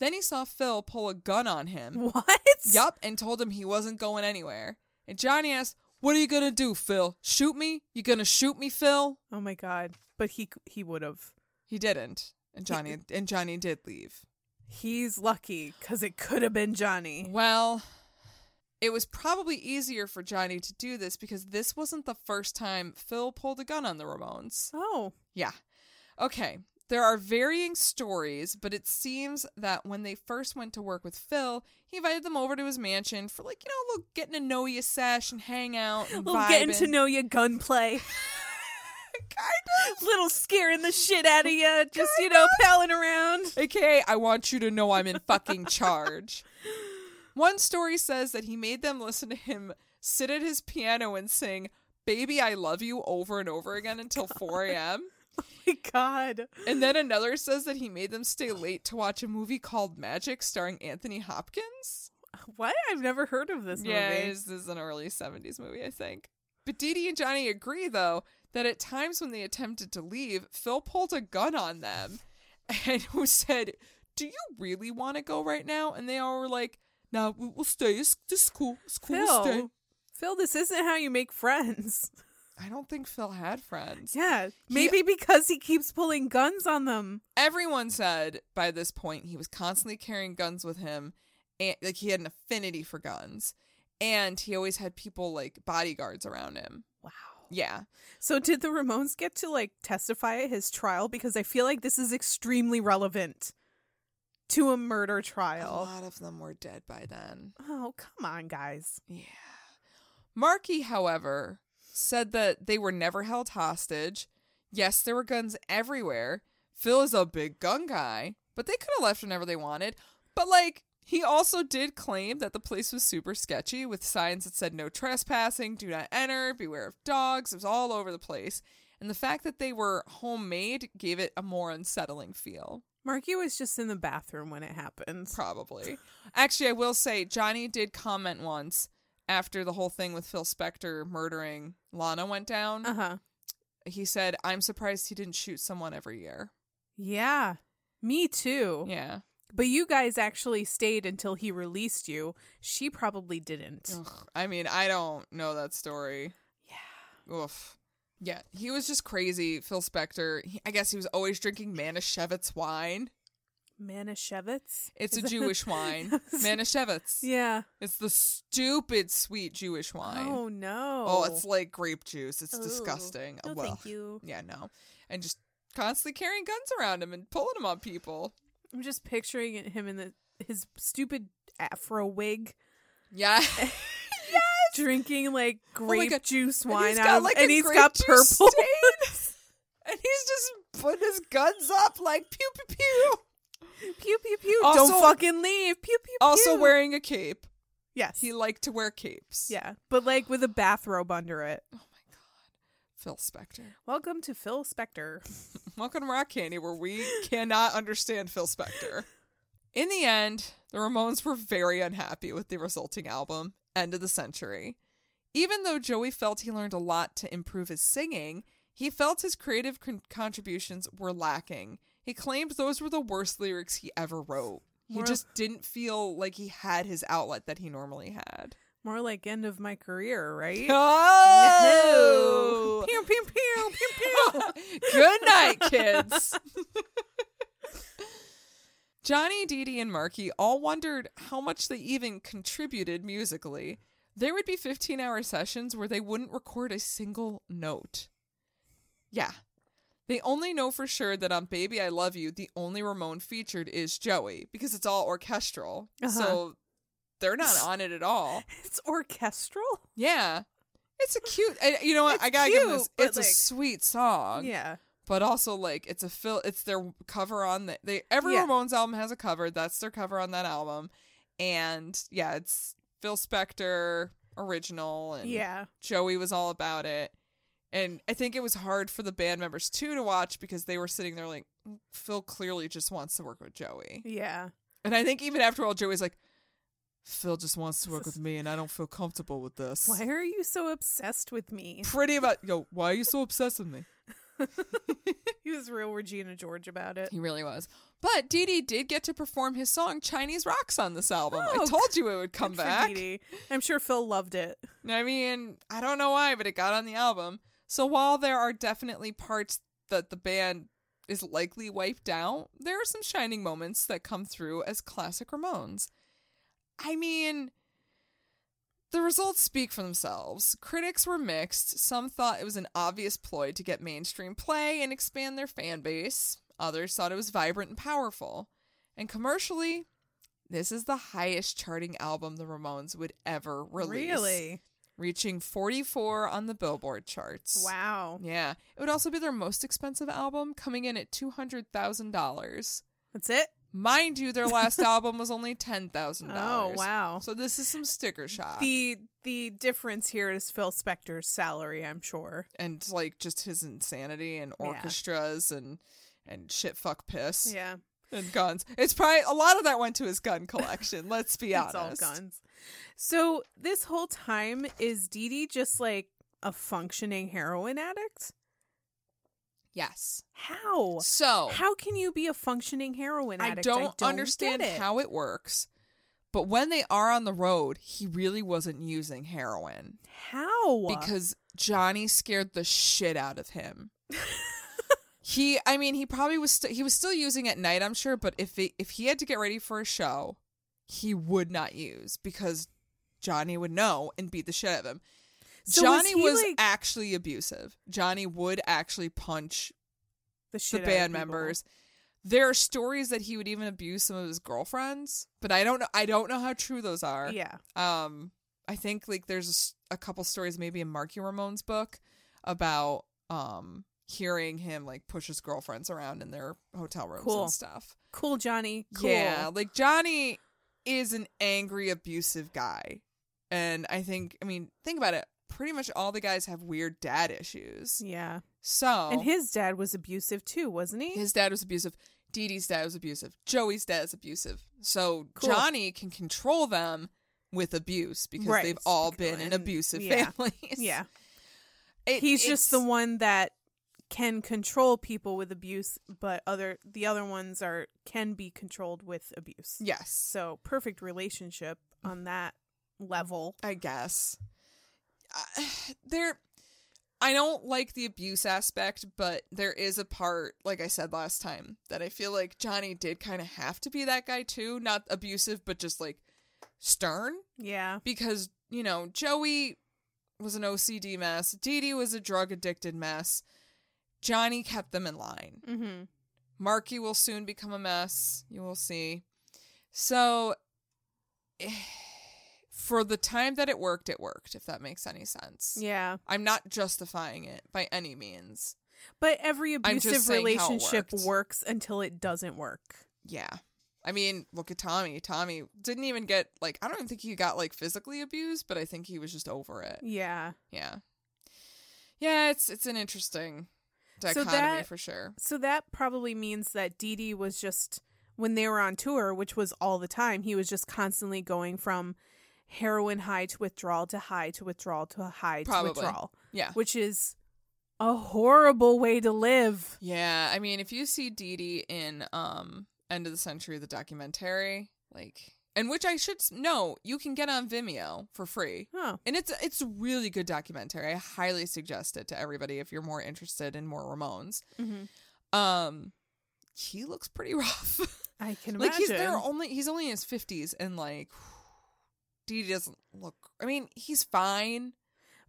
Speaker 3: Then he saw Phil pull a gun on him.
Speaker 4: [laughs] What?
Speaker 3: Yup, and told him he wasn't going anywhere. And Johnny asked, What are you going to do, Phil? Shoot me? You going to shoot me, Phil?
Speaker 4: Oh my god. But he he would have.
Speaker 3: He didn't. And Johnny and Johnny did leave.
Speaker 4: He's lucky cuz it could have been Johnny.
Speaker 3: Well, it was probably easier for Johnny to do this because this wasn't the first time Phil pulled a gun on the Ramones.
Speaker 4: Oh.
Speaker 3: Yeah. Okay. There are varying stories, but it seems that when they first went to work with Phil, he invited them over to his mansion for like you know a little getting to know you sesh and hang out and
Speaker 4: Little getting
Speaker 3: [laughs]
Speaker 4: to
Speaker 3: vibing.
Speaker 4: know you [laughs] gunplay.
Speaker 3: kind of.
Speaker 4: Little scaring the shit out of you. Just, you know, palling around.
Speaker 3: AKA, I want you to know I'm in fucking charge. One story says that he made them listen to him sit at his piano and sing "Baby I Love You" over and over again
Speaker 4: [laughs]
Speaker 3: until 4 a.m.
Speaker 4: [laughs] My god.
Speaker 3: And then another says that he made them stay late to watch a movie called Magic starring Anthony Hopkins.
Speaker 4: What? I've never heard of this
Speaker 3: yeah,
Speaker 4: movie.
Speaker 3: this is an early 70s movie, I think. But Dee Dee and Johnny agree, though, that at times when they attempted to leave, Phil pulled a gun on them [laughs] and who said, Do you really want to go right now? And they all were like, No, we- we'll stay. It's, this is cool. It's cool. We'll stay.
Speaker 4: Phil, Phil, this isn't how you make friends.
Speaker 3: I don't think Phil had friends.
Speaker 4: Yeah, maybe because he keeps pulling guns on them.
Speaker 3: everyone said by this point he was constantly carrying guns with him and like he had an affinity for guns and he always had people like bodyguards around him
Speaker 4: Wow.
Speaker 3: yeah
Speaker 4: So did the Ramones get to like testify at his trial? Because I feel like this is extremely relevant to a murder
Speaker 3: a
Speaker 4: trial.
Speaker 3: lot of them were dead by then
Speaker 4: Oh, come on, guys.
Speaker 3: yeah markey however said that they were never held hostage yes there were guns everywhere phil is a big gun guy but they could have left whenever they wanted but like he also did claim that the place was super sketchy with signs that said no trespassing, do not enter, beware of dogs. It was all over the place. And the fact that they were homemade gave it a more unsettling feel,
Speaker 4: Marky was just in the bathroom when it happened.
Speaker 3: probably. Actually, I will say, Johnny did comment once after the whole thing with Phil Spector murdering Lana went down.
Speaker 4: Uh huh.
Speaker 3: He said, I'm surprised he didn't shoot someone every year.
Speaker 4: Yeah. Me too.
Speaker 3: Yeah.
Speaker 4: But you guys actually stayed until he released you. She probably didn't.
Speaker 3: Ugh, I mean, I don't know that story. Yeah. Oof. Yeah, he was just crazy, Phil Spector. He, I guess he was always drinking Manischewitz wine.
Speaker 4: Manischewitz.
Speaker 3: It's a
Speaker 4: Is [laughs] that-
Speaker 3: Jewish wine. Manischewitz.
Speaker 4: Yeah.
Speaker 3: It's the stupid sweet Jewish wine.
Speaker 4: Oh no.
Speaker 3: Oh, it's like grape juice. It's
Speaker 4: Ugh.
Speaker 3: disgusting.
Speaker 4: No,
Speaker 3: well,
Speaker 4: thank you.
Speaker 3: Yeah, no. And just constantly carrying guns around him and pulling them on people.
Speaker 4: I'm just picturing it- him in the his stupid afro wig,
Speaker 3: [laughs] Yeah.
Speaker 4: drinking like
Speaker 3: Oh my
Speaker 4: grape
Speaker 3: God.
Speaker 4: juice
Speaker 3: And
Speaker 4: wine
Speaker 3: he's
Speaker 4: out,
Speaker 3: got,
Speaker 4: of-
Speaker 3: like,
Speaker 4: and
Speaker 3: a
Speaker 4: he's
Speaker 3: grape
Speaker 4: got purple.
Speaker 3: juice and he's just putting his guns up like pew pew pew.
Speaker 4: [laughs] pew pew pew!
Speaker 3: Also-
Speaker 4: Don't fucking leave! Pew pew.
Speaker 3: Also
Speaker 4: pew.
Speaker 3: wearing a cape.
Speaker 4: yes,
Speaker 3: He liked to wear capes.
Speaker 4: yeah, but like with a bathrobe under it.
Speaker 3: Phil Spector.
Speaker 4: Welcome to Phil Spector.
Speaker 3: Welcome to Rock Candy, where we cannot understand Phil Spector. In the end, the Ramones were very unhappy with the resulting album, End of the Century. Even though Joey felt he learned a lot to improve his singing, he felt his creative con- contributions were lacking. He claimed those were the worst lyrics he ever wrote. He
Speaker 4: More-
Speaker 3: just didn't feel like he had his outlet that he normally had.
Speaker 4: More like end of my career,
Speaker 3: [laughs]
Speaker 4: right?
Speaker 3: Oh!
Speaker 4: No. Pew pew
Speaker 3: [laughs]
Speaker 4: pew pew pew.
Speaker 3: Good night, kids. Johnny, Dee Dee, and Marky all wondered how much they even contributed musically. There would be 15 hour sessions where they wouldn't record a single note. Yeah. They only know for sure that on Baby I Love You, the only Ramon featured is Joey because it's all orchestral.
Speaker 4: Uh-huh.
Speaker 3: So they're not on it at all.
Speaker 4: It's orchestral.
Speaker 3: Yeah. It's a cute, I, you know what?
Speaker 4: It's
Speaker 3: I gotta give 'em
Speaker 4: cute,
Speaker 3: this.
Speaker 4: but,
Speaker 3: It's a
Speaker 4: like-
Speaker 3: sweet song
Speaker 4: Yeah.
Speaker 3: but also like it's a fill it's their cover on the they every
Speaker 4: Yeah.
Speaker 3: Ramones album has a cover. That's their cover on that album. And yeah, it's Phil Spector original and
Speaker 4: Yeah.
Speaker 3: Joey was all about it. And I think it was hard for the band members too to watch because they were sitting there like "Mm, Phil clearly just wants to work with Joey.
Speaker 4: Yeah.
Speaker 3: And I think even after all Joey's like Phil just wants to work with me and I don't feel comfortable with this.
Speaker 4: Why are you so obsessed
Speaker 3: [laughs]
Speaker 4: with me? [laughs]
Speaker 3: Pretty about yo, why are you so obsessed with me?
Speaker 4: He was real Regina George about it.
Speaker 3: He really was. But Dee Dee did get to perform his song Chinese Rocks on this album. I
Speaker 4: Oh,
Speaker 3: told you it would come
Speaker 4: Good for
Speaker 3: back.
Speaker 4: Dee Dee. I'm sure Phil loved it.
Speaker 3: [laughs] I mean, I don't know why, but it got on the album. So while there are definitely parts that the band is likely wiped out, there are some shining moments that come through as classic Ramones. I mean, the results speak for themselves. Critics were mixed. Some thought it was an obvious ploy to get mainstream play and expand their fan base. Others thought it was vibrant and powerful. And commercially, this is the highest charting album the Ramones would ever release
Speaker 4: Really?
Speaker 3: reaching 44 on the Billboard charts.
Speaker 4: Wow.
Speaker 3: Yeah. It would also be their most expensive album, coming in at $200,000.
Speaker 4: That's it?
Speaker 3: Mind you, their
Speaker 4: [laughs]
Speaker 3: last album was only $10,000.
Speaker 4: Oh, wow.
Speaker 3: So this is some sticker shock.
Speaker 4: the the difference here is Phil Spector's salary, I'm sure.
Speaker 3: and like just his insanity and
Speaker 4: Yeah.
Speaker 3: orchestras and and shit fuck piss
Speaker 4: Yeah.
Speaker 3: and guns. It's probably a lot of that went to his gun collection, let's be honest.
Speaker 4: [laughs] It's all guns. So this whole time is Dee Dee just like a functioning heroin addict?
Speaker 3: Yes.
Speaker 4: How?
Speaker 3: So
Speaker 4: How can you be a functioning heroin
Speaker 3: I
Speaker 4: addict?
Speaker 3: don't,
Speaker 4: get
Speaker 3: understand
Speaker 4: it.
Speaker 3: how it works. But when they are on the road, he really wasn't using heroin
Speaker 4: How?
Speaker 3: because Johnny scared the shit out of
Speaker 4: [laughs]
Speaker 3: him. he, I mean, he probably was st- he was still using at night, I'm sure. But if it, if he had to get ready for a show, he would not use because Johnny would know and beat the shit out of him.
Speaker 4: So was
Speaker 3: Johnny
Speaker 4: he,
Speaker 3: was
Speaker 4: like-
Speaker 3: actually abusive. Johnny would actually punch
Speaker 4: the,
Speaker 3: the
Speaker 4: shit out of
Speaker 3: band
Speaker 4: people.
Speaker 3: members. There are stories that he would even abuse some of his girlfriends, but I don't know. I don't know how true those are.
Speaker 4: Yeah.
Speaker 3: Um, I think like there's a s- a, couple stories maybe in Marky Ramone's book about um hearing him like push his girlfriends around in their hotel rooms
Speaker 4: Cool.
Speaker 3: and stuff.
Speaker 4: Cool, Johnny. Cool.
Speaker 3: Yeah, like Johnny is an angry, abusive guy, and I think I mean think about it. Pretty much all the guys have weird dad issues.
Speaker 4: Yeah.
Speaker 3: So
Speaker 4: And his dad was abusive too, wasn't he?
Speaker 3: his dad was abusive. Dee Dee's dad was abusive. Joey's dad is abusive. So
Speaker 4: Cool.
Speaker 3: Johnny can control them with abuse because
Speaker 4: Right.
Speaker 3: they've all been in
Speaker 4: And-
Speaker 3: abusive [laughs]
Speaker 4: yeah.
Speaker 3: families.
Speaker 4: yeah.
Speaker 3: It-
Speaker 4: He's just the
Speaker 3: it's-
Speaker 4: one that can control people with abuse, but other the other ones are can be controlled with abuse.
Speaker 3: Yes,
Speaker 4: So perfect relationship on that level.
Speaker 3: I guess. Uh, [sighs] there, I don't like the abuse aspect, but there is a part, like I said last time, that I feel like Johnny did kind of have to be that guy too. Not abusive, but just like stern
Speaker 4: Yeah.
Speaker 3: because, you know, Joey was an OCD mess, Dee Dee was a drug addicted mess. Johnny kept them in line.
Speaker 4: Mm-hmm.
Speaker 3: Marky will soon become a mess. You will see. So, [sighs] for the time that it worked, it worked, if that makes any sense.
Speaker 4: Yeah.
Speaker 3: I'm not justifying it by any means.
Speaker 4: But every
Speaker 3: I'm just
Speaker 4: abusive
Speaker 3: saying how it
Speaker 4: relationship
Speaker 3: worked.
Speaker 4: works until it doesn't work.
Speaker 3: Yeah. I mean, look at Tommy. Tommy didn't even get, like, I don't even think he got, like, physically abused, but I think he was just over it.
Speaker 4: Yeah.
Speaker 3: Yeah. Yeah, it's it's an interesting dichotomy
Speaker 4: that-
Speaker 3: for sure.
Speaker 4: So that probably means that Dee Dee was just when they were on tour, which was all the time, he was just constantly going from heroin high to withdrawal to high to withdrawal to high
Speaker 3: Probably.
Speaker 4: to withdrawal.
Speaker 3: Yeah.
Speaker 4: Which is a horrible way to live.
Speaker 3: Yeah, I mean, if you see Dee Dee in um End of the Century, the documentary, like, and which I should s- no, you can get on Vimeo for free,
Speaker 4: Huh.
Speaker 3: and it's it's a really good documentary. I highly suggest it to everybody if you're more interested in more Ramones.
Speaker 4: Mhm.
Speaker 3: Um, he looks pretty [laughs] rough.
Speaker 4: I can
Speaker 3: like he's
Speaker 4: imagine.
Speaker 3: there only he's only in his fifties, and like [sighs] Dee Dee doesn't look. I mean, he's fine,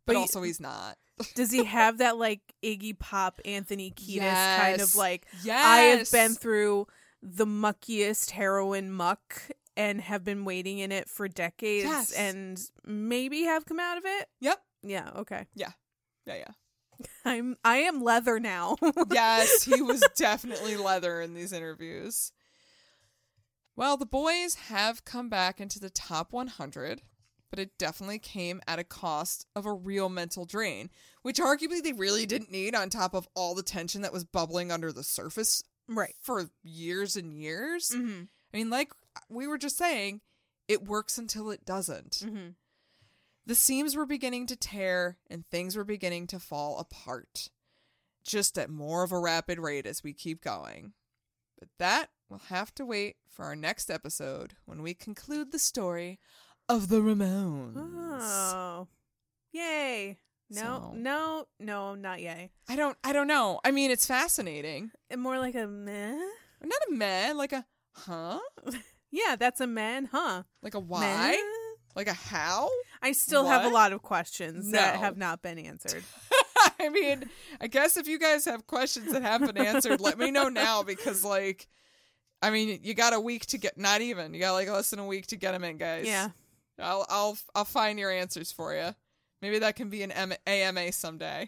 Speaker 3: but,
Speaker 4: But he-
Speaker 3: also he's not.
Speaker 4: Does he have that like Iggy Pop, Anthony Kiedis kind of
Speaker 3: Yes.
Speaker 4: like
Speaker 3: Yes,
Speaker 4: I have been through the muckiest heroin muck and have been waiting in it for decades
Speaker 3: Yes.
Speaker 4: and maybe have come out of it.
Speaker 3: [laughs] Yep.
Speaker 4: Yeah, okay.
Speaker 3: Yeah,
Speaker 4: [laughs]
Speaker 3: yeah.
Speaker 4: I'm I am leather now. [laughs]
Speaker 3: yes, he was definitely leather in these interviews. Well, the boys have come back into the top 100, but it definitely came at a cost of a real mental drain, which arguably they really didn't need on top of all the tension that was bubbling under the surface
Speaker 4: right.
Speaker 3: for years and years.
Speaker 4: Mhm.
Speaker 3: I mean, like we were just saying, it works until it doesn't.
Speaker 4: Mhm.
Speaker 3: The seams were beginning to tear and things were beginning to fall apart, just at more of a rapid rate as we keep going. But that will have to wait for our next episode when we conclude the story of the Ramones.
Speaker 4: Oh. Yay. No,
Speaker 3: So-
Speaker 4: no, no, not yay.
Speaker 3: I don't I don't know. I mean, it's fascinating.
Speaker 4: And more like a meh.
Speaker 3: Not a meh, like a huh?
Speaker 4: Yeah, that's a man, huh?
Speaker 3: Like a
Speaker 4: Meh?
Speaker 3: why? Like a how?
Speaker 4: I still have a
Speaker 3: What?
Speaker 4: lot of questions that
Speaker 3: No.
Speaker 4: have not been answered.
Speaker 3: [laughs] I mean, I guess if you guys have questions that haven't answered, let me know now because, like, I mean, you got a week to get not even. You got like less than a week to get them in, guys.
Speaker 4: Yeah.
Speaker 3: I'll I'll I'll find your answers for you. Maybe that can be an M- AMA someday.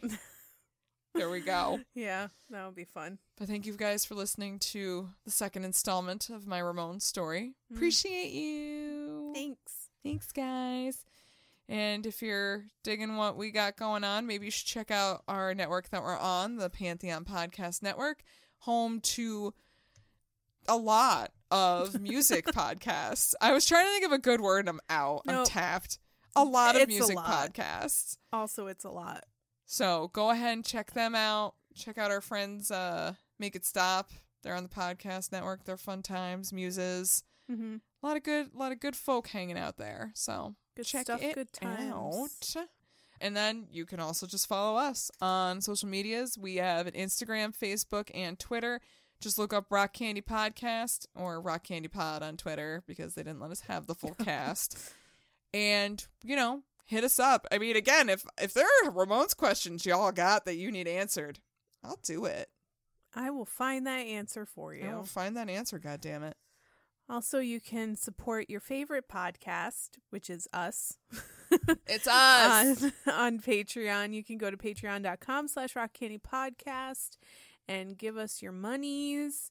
Speaker 3: there we go.
Speaker 4: Yeah, that would be fun.
Speaker 3: But thank you guys for listening to the second installment of my Ramon story. Appreciate you.
Speaker 4: Thanks.
Speaker 3: Thanks, guys. And if you're digging what we got going on, maybe you should check out our network that we're on, the Pantheon Podcast Network, home to a lot
Speaker 4: [laughs]
Speaker 3: of music podcasts. I was trying to think of a good word. and I'm out.
Speaker 4: No.
Speaker 3: I'm tapped. A lot of
Speaker 4: It's a
Speaker 3: music
Speaker 4: lot.
Speaker 3: podcasts.
Speaker 4: Also, it's a lot.
Speaker 3: So go ahead and check them out. Check out our friends, uh, Make It Stop. They're on the podcast network. They're fun times, muses.
Speaker 4: Mm-hmm.
Speaker 3: A lot of good, lot of good folk hanging out there. So
Speaker 4: Good
Speaker 3: check
Speaker 4: stuff,
Speaker 3: it
Speaker 4: good times.
Speaker 3: out. And then you can also just follow us on social medias. We have an Instagram, Facebook, and Twitter. Just look up Rock Candy Podcast or Rock Candy Pod on Twitter because they didn't let us have the
Speaker 4: [laughs]
Speaker 3: full cast. And you know, hit us up. I mean, again, if if there are Ramones questions y'all got that you need answered, I'll do it.
Speaker 4: I will find that answer for you.
Speaker 3: I will find that answer. God damn it!
Speaker 4: Also, you can support your favorite podcast, which is [laughs] us.
Speaker 3: It's
Speaker 4: on, on Patreon. You can go to patreon.com slash rockcandypodcast and give us your monies.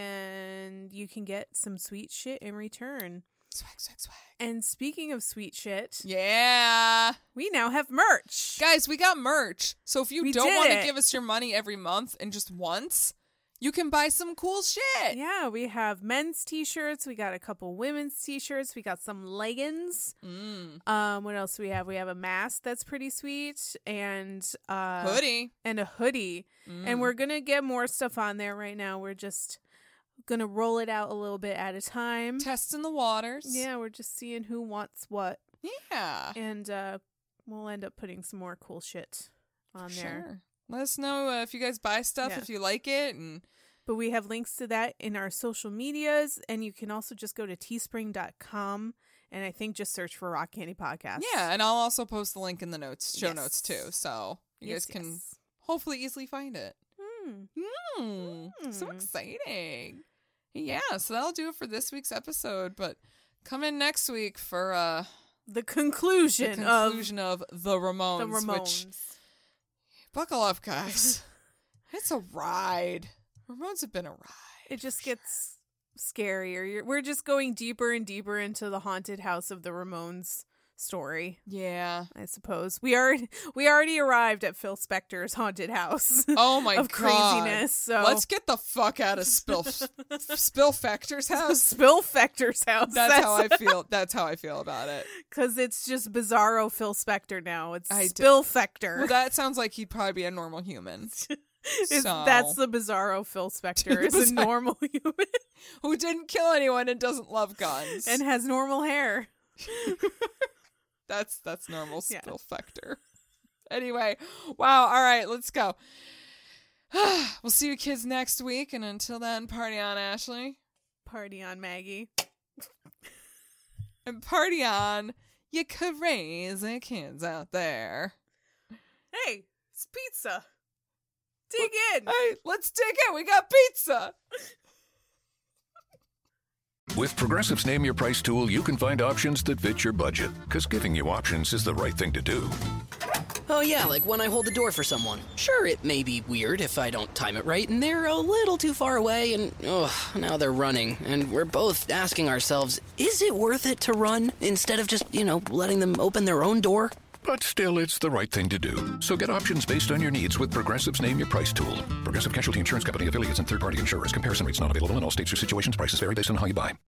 Speaker 4: And you can get some sweet shit in return.
Speaker 3: Swag, swag, swag.
Speaker 4: And speaking of sweet shit,
Speaker 3: Yeah.
Speaker 4: we now have merch.
Speaker 3: Guys, we got merch. So if you
Speaker 4: We
Speaker 3: don't
Speaker 4: did
Speaker 3: want to
Speaker 4: it.
Speaker 3: give us your money every month and just once, you can buy some cool shit.
Speaker 4: Yeah, we have men's t-shirts. We got a couple women's t-shirts. We got some leggings.
Speaker 3: Mm.
Speaker 4: Um, what else do we have? We have a mask that's pretty sweet, and uh,
Speaker 3: Hoodie.
Speaker 4: and a hoodie. And
Speaker 3: Mm.
Speaker 4: we're gonna get more stuff on there right now. We're just gonna roll it out a little bit at a time.
Speaker 3: testing Mm. the waters.
Speaker 4: Yeah, we're just seeing who wants what,
Speaker 3: Yeah.
Speaker 4: and uh, we'll end up putting some more cool shit on there.
Speaker 3: Sure. Let us know uh, if you guys buy stuff,
Speaker 4: Yeah.
Speaker 3: if you like it, and
Speaker 4: But we have links to that in our social medias, and you can also just go to teespring.com and I think just search for Rock Candy Podcast.
Speaker 3: yeah, and I'll also post the link in the notes, show notes
Speaker 4: Yes.
Speaker 3: too, so you
Speaker 4: Yes,
Speaker 3: guys can
Speaker 4: yes.
Speaker 3: hopefully easily find it.
Speaker 4: Hmm.
Speaker 3: Mm, So
Speaker 4: Mm.
Speaker 3: exciting. Yeah, so that'll do it for this week's episode, but come in next week for uh
Speaker 4: The
Speaker 3: the
Speaker 4: conclusion,
Speaker 3: conclusion of, the
Speaker 4: of
Speaker 3: Ramones.
Speaker 4: the
Speaker 3: Which,
Speaker 4: Ramones.
Speaker 3: buckle up, guys. [laughs] it's a ride. Ramones have been a ride.
Speaker 4: it just gets scarier. You're, we're just going deeper and deeper into the haunted house of the Ramones story. [laughs]
Speaker 3: Yeah.
Speaker 4: I suppose we are [laughs] we already arrived at Phil Spector's haunted house [laughs]
Speaker 3: Oh my
Speaker 4: of
Speaker 3: god.
Speaker 4: craziness. So [laughs]
Speaker 3: Let's get the fuck out of Spill Spill Factor's
Speaker 4: [laughs]
Speaker 3: house.
Speaker 4: Spill Spector's house.
Speaker 3: That's how I
Speaker 4: [laughs]
Speaker 3: feel. That's how I feel about it.
Speaker 4: because it's just bizarro Phil Spector now. It's
Speaker 3: I d-
Speaker 4: Spill Spector.
Speaker 3: Well, that sounds like he'd probably be a normal human
Speaker 4: [laughs] It's-
Speaker 3: so-
Speaker 4: That's the
Speaker 3: [laughs]
Speaker 4: bizarro Phil Spector. is a
Speaker 3: Bizarro.
Speaker 4: normal
Speaker 3: [laughs]
Speaker 4: [laughs] human
Speaker 3: who didn't kill anyone and doesn't love guns.
Speaker 4: and has normal hair.
Speaker 3: That's that's normal
Speaker 4: Yeah.
Speaker 3: spill factor. Anyway, wow, all right, let's go. [sighs] we'll see you kids next week, and until then, party on, Ashley.
Speaker 4: Party on Maggie.
Speaker 3: And party on, you crazy kids out there.
Speaker 4: Hey, it's pizza. Dig in.
Speaker 3: Hey, let's dig in. We got pizza.
Speaker 2: With Progressive's Name Your Price tool, you can find options that fit your budget, because giving you options is the right thing to do.
Speaker 6: Oh, yeah, like when I hold the door for someone. Sure, it may be weird if I don't time it right, and they're a little too far away, and ugh, now they're running. And we're both asking ourselves, is it worth it to run instead of just, you know, letting them open their own door?
Speaker 2: But still, it's the right thing to do. So get options based on your needs with Progressive's Name Your Price tool. Progressive Casualty Insurance Company affiliates and third party insurers. Comparison rates not available in all states or situations. Prices vary based on how you buy.